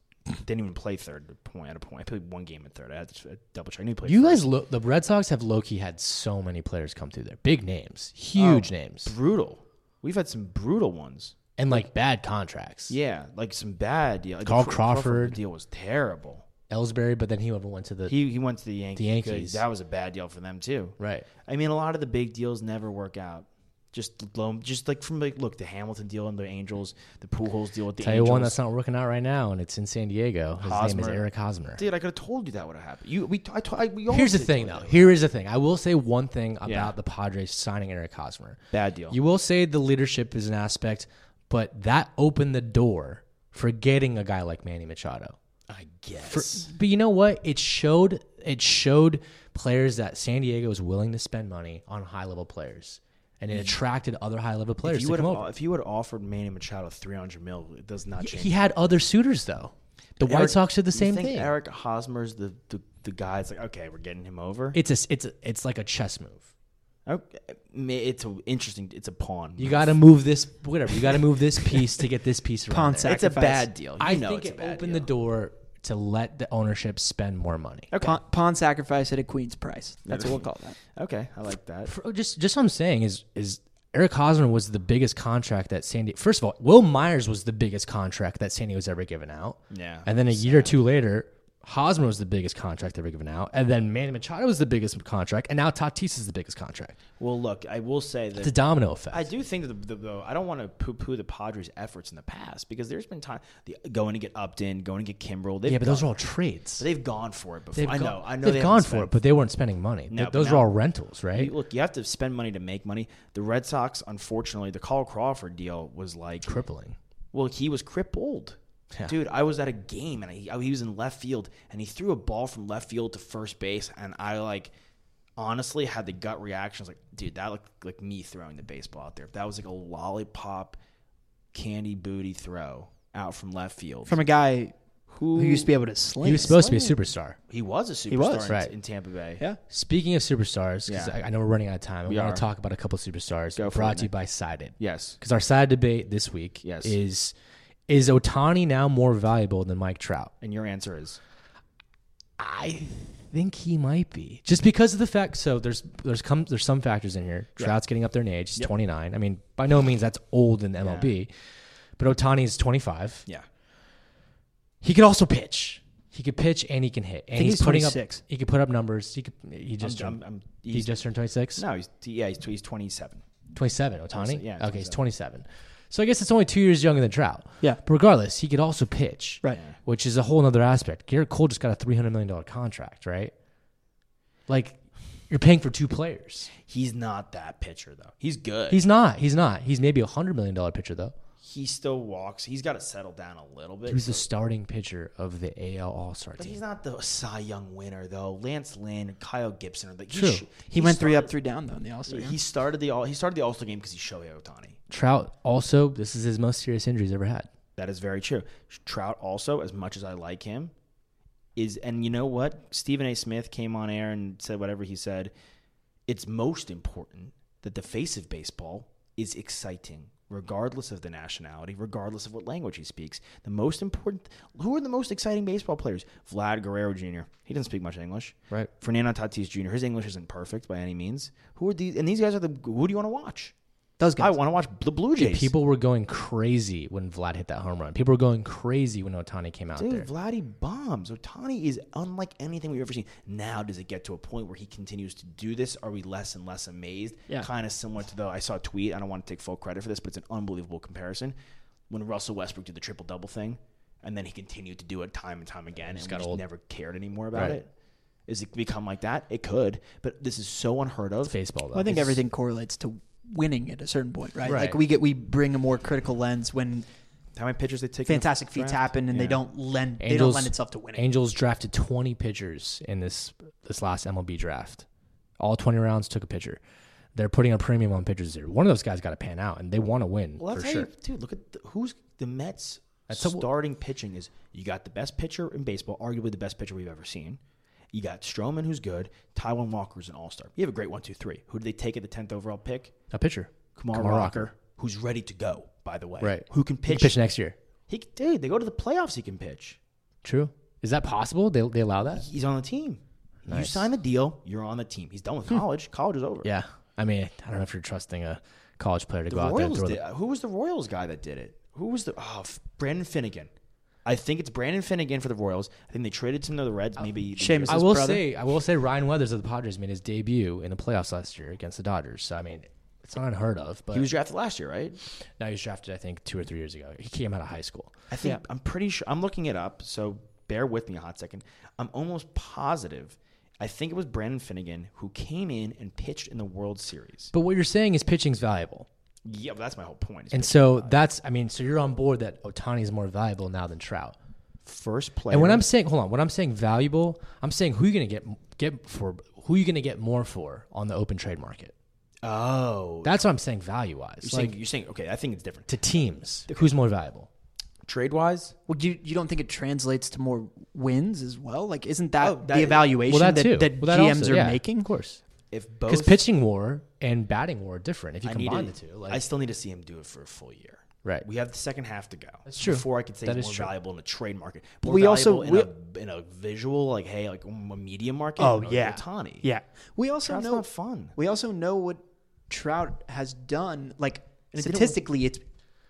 Speaker 2: Didn't even play third at a point. At a point, I played one game at third. I had to double check. I knew he played
Speaker 4: you
Speaker 2: first.
Speaker 4: guys, lo- the Red Sox have low key had so many players come through there, big names, huge
Speaker 3: Oh,
Speaker 4: names,
Speaker 2: brutal. We've had some brutal ones.
Speaker 4: and like bad contracts.
Speaker 2: Yeah, like some bad deal. Like,
Speaker 4: Carl
Speaker 2: the Crawf-
Speaker 4: Crawford.
Speaker 2: deal was terrible.
Speaker 4: Ellsbury, but then he went to the
Speaker 2: He he went to the Yankees.
Speaker 4: The
Speaker 2: Good.
Speaker 4: Yankees.
Speaker 2: That was a bad deal for them too.
Speaker 4: right.
Speaker 2: I mean, a lot of the big deals never work out. Just low, just like from like look, the Hamilton deal and the Angels, the Pujols deal with the
Speaker 4: Tell you
Speaker 2: Angels.
Speaker 4: one that's not working out right now, and it's in San Diego. His name
Speaker 2: Hosmer.
Speaker 4: is Eric Hosmer.
Speaker 2: Dude, I could have told you that would have happened. You, we, I, I we all
Speaker 4: Here's the
Speaker 2: could've
Speaker 4: thing,
Speaker 2: told
Speaker 4: though.
Speaker 2: you.
Speaker 4: Here is the thing. I will say one thing about
Speaker 2: Yeah.
Speaker 4: the Padres signing Eric Hosmer.
Speaker 2: Bad deal.
Speaker 4: You will say the leadership is an aspect, but that opened the door for getting a guy like Manny Machado.
Speaker 2: I guess.
Speaker 4: For- but you know what? It showed it showed players that San Diego is willing to spend money on high level players, and it attracted other high level
Speaker 2: if
Speaker 4: players
Speaker 2: you
Speaker 4: to
Speaker 2: would
Speaker 4: come
Speaker 2: have,
Speaker 4: over.
Speaker 2: if you would have offered Manny Machado three hundred mil, it does not change.
Speaker 4: He had other suitors though. The White
Speaker 2: Eric-
Speaker 4: Sox did the
Speaker 2: you
Speaker 4: same
Speaker 2: think
Speaker 4: thing.
Speaker 2: Eric Hosmer's the, the the guy. It's like okay, we're getting him over.
Speaker 4: it's a s- it's a, it's like a chess move.
Speaker 2: Okay, ma- it's a interesting. It's a pawn.
Speaker 4: You got to move this whatever. You got to
Speaker 2: *laughs*
Speaker 4: move this piece to get this piece around.
Speaker 3: Pawn
Speaker 4: there.
Speaker 3: sack.
Speaker 2: It's a
Speaker 3: sacrifice.
Speaker 2: bad deal. You
Speaker 4: I
Speaker 2: know
Speaker 4: think
Speaker 2: it's
Speaker 4: it
Speaker 2: a bad
Speaker 4: opened
Speaker 2: deal.
Speaker 4: the door to let the ownership spend more money.
Speaker 5: Pawn, pawn sacrifice at a queen's price. That's what we'll call that.
Speaker 2: Okay, I like that.
Speaker 4: For- oh, just just what I'm saying is is Eric Hosmer was the biggest contract that San Diego. First of all, Will Myers was the biggest contract that San Diego's ever given out.
Speaker 2: Yeah,
Speaker 4: And then a year or two later, Hosmer was the biggest contract ever given out, and then Manny Machado was the biggest contract, and now Tatis is the biggest contract.
Speaker 2: Well, look, I will say that
Speaker 4: It's a domino effect.
Speaker 2: I do think that the, the, though I don't want to poo-poo the Padres' efforts in the past because there's been time the, going to get Upton, going to get Kimbrel. They've
Speaker 4: yeah, but those are
Speaker 2: gone-
Speaker 4: all trades.
Speaker 2: they've gone for it before.
Speaker 4: They've
Speaker 2: I know,
Speaker 4: gone-
Speaker 2: I know
Speaker 4: they've
Speaker 2: they haven't
Speaker 4: gone for
Speaker 2: spent-
Speaker 4: it, but they weren't spending money.
Speaker 2: No,
Speaker 4: Th-
Speaker 2: but
Speaker 4: those
Speaker 2: now-
Speaker 4: are all rentals, right?
Speaker 2: You- look, you have to spend money to make money. The Red Sox, unfortunately, the Carl Crawford deal was like,
Speaker 4: Crippling.
Speaker 2: well, he was crippled.
Speaker 4: Yeah.
Speaker 2: Dude, I was at a game and I, I- he was in left field and he threw a ball from left field to first base and I like honestly had the gut reaction. I was like, dude, that looked like me throwing the baseball out there. That was like a lollipop candy booty throw out from left field.
Speaker 3: From a guy who, used to be able to sling.
Speaker 4: He was supposed to be a superstar.
Speaker 2: he was a superstar
Speaker 3: was,
Speaker 2: in,
Speaker 4: right.
Speaker 2: in Tampa Bay.
Speaker 3: Yeah.
Speaker 4: Speaking of superstars, because
Speaker 2: Yeah.
Speaker 4: I, I know we're running out of time, I want
Speaker 2: are.
Speaker 4: to talk about a couple superstars
Speaker 2: Go for
Speaker 4: brought
Speaker 2: it,
Speaker 4: to you by Sided.
Speaker 2: Yes.
Speaker 4: Because our side debate this week
Speaker 2: Yes.
Speaker 4: is is Otani now more valuable than Mike Trout?
Speaker 2: And your answer is
Speaker 4: I think he might be. Just because of the fact so there's there's come there's some factors in here. Trout's getting up there in age, he's twenty nine. I mean, by no means that's old in the MLB. But Otani is twenty five.
Speaker 2: yeah.
Speaker 4: He could also pitch. He could pitch and he can hit. And
Speaker 3: think
Speaker 4: he's,
Speaker 3: he's
Speaker 4: putting
Speaker 3: 26.
Speaker 4: up he could put up numbers. He could he just
Speaker 2: I'm-
Speaker 4: turned,
Speaker 2: I'm-
Speaker 4: he
Speaker 2: he's-
Speaker 4: just turned twenty six?
Speaker 2: No, he's yeah, he's, he's 27.
Speaker 4: 27, Otani?
Speaker 2: yeah,
Speaker 4: Okay, he's 27. So I guess it's only two years younger than Trout.
Speaker 3: Yeah.
Speaker 4: But regardless, he could also pitch,
Speaker 3: Right.
Speaker 4: which is a whole other aspect. Garrett Cole just got a $300 million contract, right? Like, you're paying for two players.
Speaker 2: He's not that pitcher though. He's good.
Speaker 4: He's not. He's not. He's maybe a $100 million pitcher, though.
Speaker 2: he still walks. He's got to settle down a little bit.
Speaker 4: He was the starting pitcher of the AL All Star
Speaker 2: But he's
Speaker 4: team.
Speaker 2: not the Cy Young winner though. Lance Lynn, Kyle Gibson are the
Speaker 4: True.
Speaker 2: sh-
Speaker 5: He, went three up,
Speaker 2: started-
Speaker 5: three down though in the All Star.
Speaker 2: He started the all. He started the All Star game because he's Shohei Otani.
Speaker 4: Trout also, this is his most serious injury he's ever had.
Speaker 2: That is very true. Trout also, as much as I like him, is and you know what? Stephen A. Smith came on air and said whatever he said. It's most important that the face of baseball is exciting, regardless of the nationality, regardless of what language he speaks. The most important who are the most exciting baseball players? Vlad Guerrero Jr. He doesn't speak much English.
Speaker 4: Right.
Speaker 2: Fernando Tatis Jr. His English isn't perfect by any means. Who are these and these guys are the who do you want to watch?
Speaker 3: Those
Speaker 2: I
Speaker 3: guys.
Speaker 2: want to watch the Blue Jays.
Speaker 4: People were going crazy when Vlad hit that home run. People were going crazy when Otani came out there.
Speaker 2: Dude, Vladdy bombs. Otani is unlike anything we've ever seen. Now, does it get to a point where he continues to do this? Are we less and less amazed?
Speaker 5: Yeah.
Speaker 2: Kind of similar to the I saw a tweet. I don't want to take full credit for this, but it's an unbelievable comparison. When Russell Westbrook did the triple double thing, and then he continued to do it time and time again, and we
Speaker 4: got
Speaker 2: just
Speaker 4: old.
Speaker 2: never cared anymore about
Speaker 4: Right.
Speaker 2: it. Is it become like that? It could, but this is so unheard of.
Speaker 4: Baseball, though.
Speaker 5: Well, I think everything correlates to winning at a certain point, right?
Speaker 3: Like we get we bring a more critical lens when
Speaker 2: How many pitchers they take? in the
Speaker 3: fantastic feats
Speaker 2: draft?
Speaker 3: happen and
Speaker 2: Yeah.
Speaker 3: they don't lend they don't
Speaker 4: Angels-
Speaker 3: lend itself to winning.
Speaker 4: Angels drafted 20 pitchers in this this last MLB draft. All 20 rounds took a pitcher. They're putting a premium on pitchers there. One of those guys got to pan out, and they want to win
Speaker 2: Well, that's
Speaker 4: for
Speaker 2: how
Speaker 4: sure.
Speaker 2: you, dude. Look at the, who's the Mets.
Speaker 4: That's how-
Speaker 2: starting pitching is you got the best pitcher in baseball, arguably the best pitcher we've ever seen. You got Stroman, who's good. Taiwan Walker's an all star. You have a great one, two, three. Who do they take at the tenth overall pick?
Speaker 4: a pitcher,
Speaker 2: Kamar,
Speaker 4: Kamar
Speaker 2: Rocker,
Speaker 4: Rocker.
Speaker 2: who's ready to go. By the way,
Speaker 4: right?
Speaker 2: Who can
Speaker 4: He
Speaker 2: pitch?
Speaker 4: pitch next year?
Speaker 2: He can- dude, they go to the playoffs. He can pitch.
Speaker 4: True. Is that possible? They they allow that?
Speaker 2: He's on the team. You
Speaker 4: Nice.
Speaker 2: sign the deal, you're on the team. He's
Speaker 4: *laughs*
Speaker 2: done with college. college is over.
Speaker 4: Yeah. I mean, I don't know if you're trusting a college player to go
Speaker 2: The
Speaker 4: out
Speaker 2: Royals
Speaker 4: there and
Speaker 2: did, uh,
Speaker 4: throw.
Speaker 2: who was the Royals guy that did it? Who was the oh F- Brandon Finnegan? I think it's Brandon Finnegan for the Royals. I think they traded him to the
Speaker 4: Oh,
Speaker 2: Reds. Maybe the
Speaker 5: Seamus
Speaker 2: year-
Speaker 4: The, I
Speaker 5: his
Speaker 4: will
Speaker 5: brother.
Speaker 4: say, I will say, Ryan Weathers of the Padres made his debut in the playoffs last year against the Dodgers. So I mean, it's not unheard of. But
Speaker 2: he was drafted last year, right?
Speaker 4: now he's drafted, I think, two or three years ago. He came out of high school.
Speaker 2: I think I'm pretty sure. I'm looking it up, so bear with me a hot second. I'm almost positive. I think it was Brandon Finnegan who came in and pitched in the World Series.
Speaker 4: But what you're saying is pitching's valuable.
Speaker 2: Yeah, but that's my whole point.
Speaker 4: And so that's, I mean, so you're on board that Otani is more valuable now than Trout.
Speaker 2: first player.
Speaker 4: And when I'm saying, hold on, when I'm saying valuable, I'm saying who you gonna get get for who you gonna get more for on the open trade market.
Speaker 2: oh,
Speaker 4: That's what I'm saying value wise,
Speaker 2: you're,
Speaker 4: like
Speaker 2: saying, you're saying okay. I think it's different.
Speaker 4: to teams. Who's more valuable?
Speaker 2: Trade wise,
Speaker 5: Well, do you, you don't think it translates to more wins as well? Like, isn't that,
Speaker 2: Oh, that-
Speaker 5: the evaluation
Speaker 4: well, that
Speaker 5: that,
Speaker 4: too.
Speaker 5: that
Speaker 4: Well, that
Speaker 5: GMs
Speaker 4: also,
Speaker 5: are
Speaker 4: yeah,
Speaker 5: making?
Speaker 4: of course,
Speaker 2: if
Speaker 4: because
Speaker 2: both
Speaker 4: pitching WAR and batting WAR are different. If you
Speaker 2: I need
Speaker 4: combine
Speaker 2: to-
Speaker 4: the two, like
Speaker 2: I still need to see him do it for a full year.
Speaker 4: Right.
Speaker 2: We have the second half to go. That's
Speaker 4: true.
Speaker 2: Before I could say
Speaker 4: That
Speaker 2: he's
Speaker 4: is
Speaker 2: more
Speaker 4: true.
Speaker 2: valuable in the trade market. More
Speaker 5: we also-
Speaker 2: valuable in, a, in a visual, like hey, like mm, a media market.
Speaker 3: Oh
Speaker 2: you know,
Speaker 3: yeah,
Speaker 2: Otani.
Speaker 3: Yeah,
Speaker 5: We also
Speaker 2: Trout's
Speaker 5: know
Speaker 2: not fun.
Speaker 5: We also know what Trout has done. Like
Speaker 3: And it didn't work.
Speaker 5: statistically, it's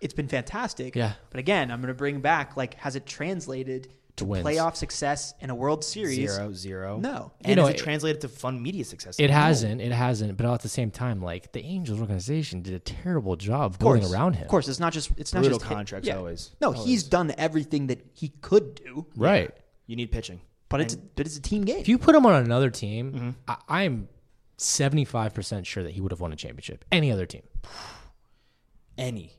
Speaker 5: it's been fantastic.
Speaker 4: Yeah.
Speaker 5: But again, I'm going to bring back like has it translated to
Speaker 4: wins.
Speaker 5: playoff success in a World Series?
Speaker 2: Zero, zero.
Speaker 5: No.
Speaker 2: And
Speaker 4: You know,
Speaker 2: is it,
Speaker 4: it-
Speaker 2: translated to fun media success?
Speaker 4: it
Speaker 2: No.
Speaker 4: hasn't, it hasn't. But at the same time, like the Angels organization did a terrible job building around him.
Speaker 5: Of course, it's not just it's not
Speaker 2: Brutal
Speaker 5: just hit-
Speaker 2: contracts always.
Speaker 5: No, he's done everything that he could do,
Speaker 4: right?
Speaker 2: You need pitching.
Speaker 5: but it's but it's a team game.
Speaker 4: If you put him on another team,
Speaker 2: Mm-hmm.
Speaker 4: I, I'm 75 percent sure that he would have won a championship. Any other team.
Speaker 2: Any.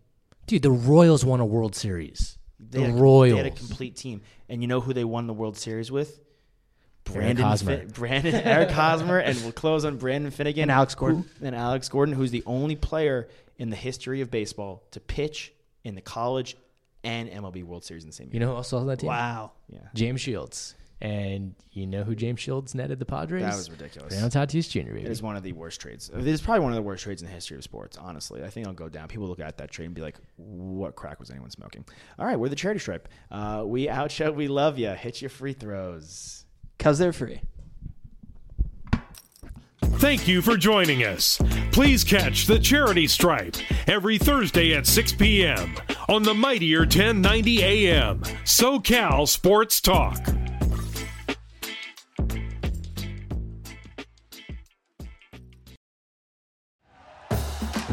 Speaker 4: Dude, the Royals won a World Series. The
Speaker 2: had a-
Speaker 4: Royals.
Speaker 2: They had a complete team, and you know who they won the World Series with? Brandon
Speaker 4: Hosmer.
Speaker 2: Fin- Brandon *laughs* Eric Hosmer, and we'll close on Brandon Finnegan
Speaker 3: And Alex Gordon.
Speaker 2: who- and Alex Gordon, who's the only player in the history of baseball to pitch in the college and MLB World Series in the same year.
Speaker 4: you know who else was on that team?
Speaker 3: wow.
Speaker 4: James Shields. And you know who James Shields netted the Padres?
Speaker 2: That was ridiculous.
Speaker 4: Fernando Tatis Jr. Baby.
Speaker 2: It is one of the worst trades. It is probably one of the worst trades in the history of sports, honestly. I think I'll go down. People look at that trade and be like, what crack was anyone smoking? All right, we're the charity stripe. Uh, we outshot, we love you. Hit your free throws.
Speaker 5: Because they're free.
Speaker 6: Thank you for joining us. Please catch the Charity Stripe every Thursday at 6 p.m. on the Mightier 1090 a.m. SoCal Sports Talk.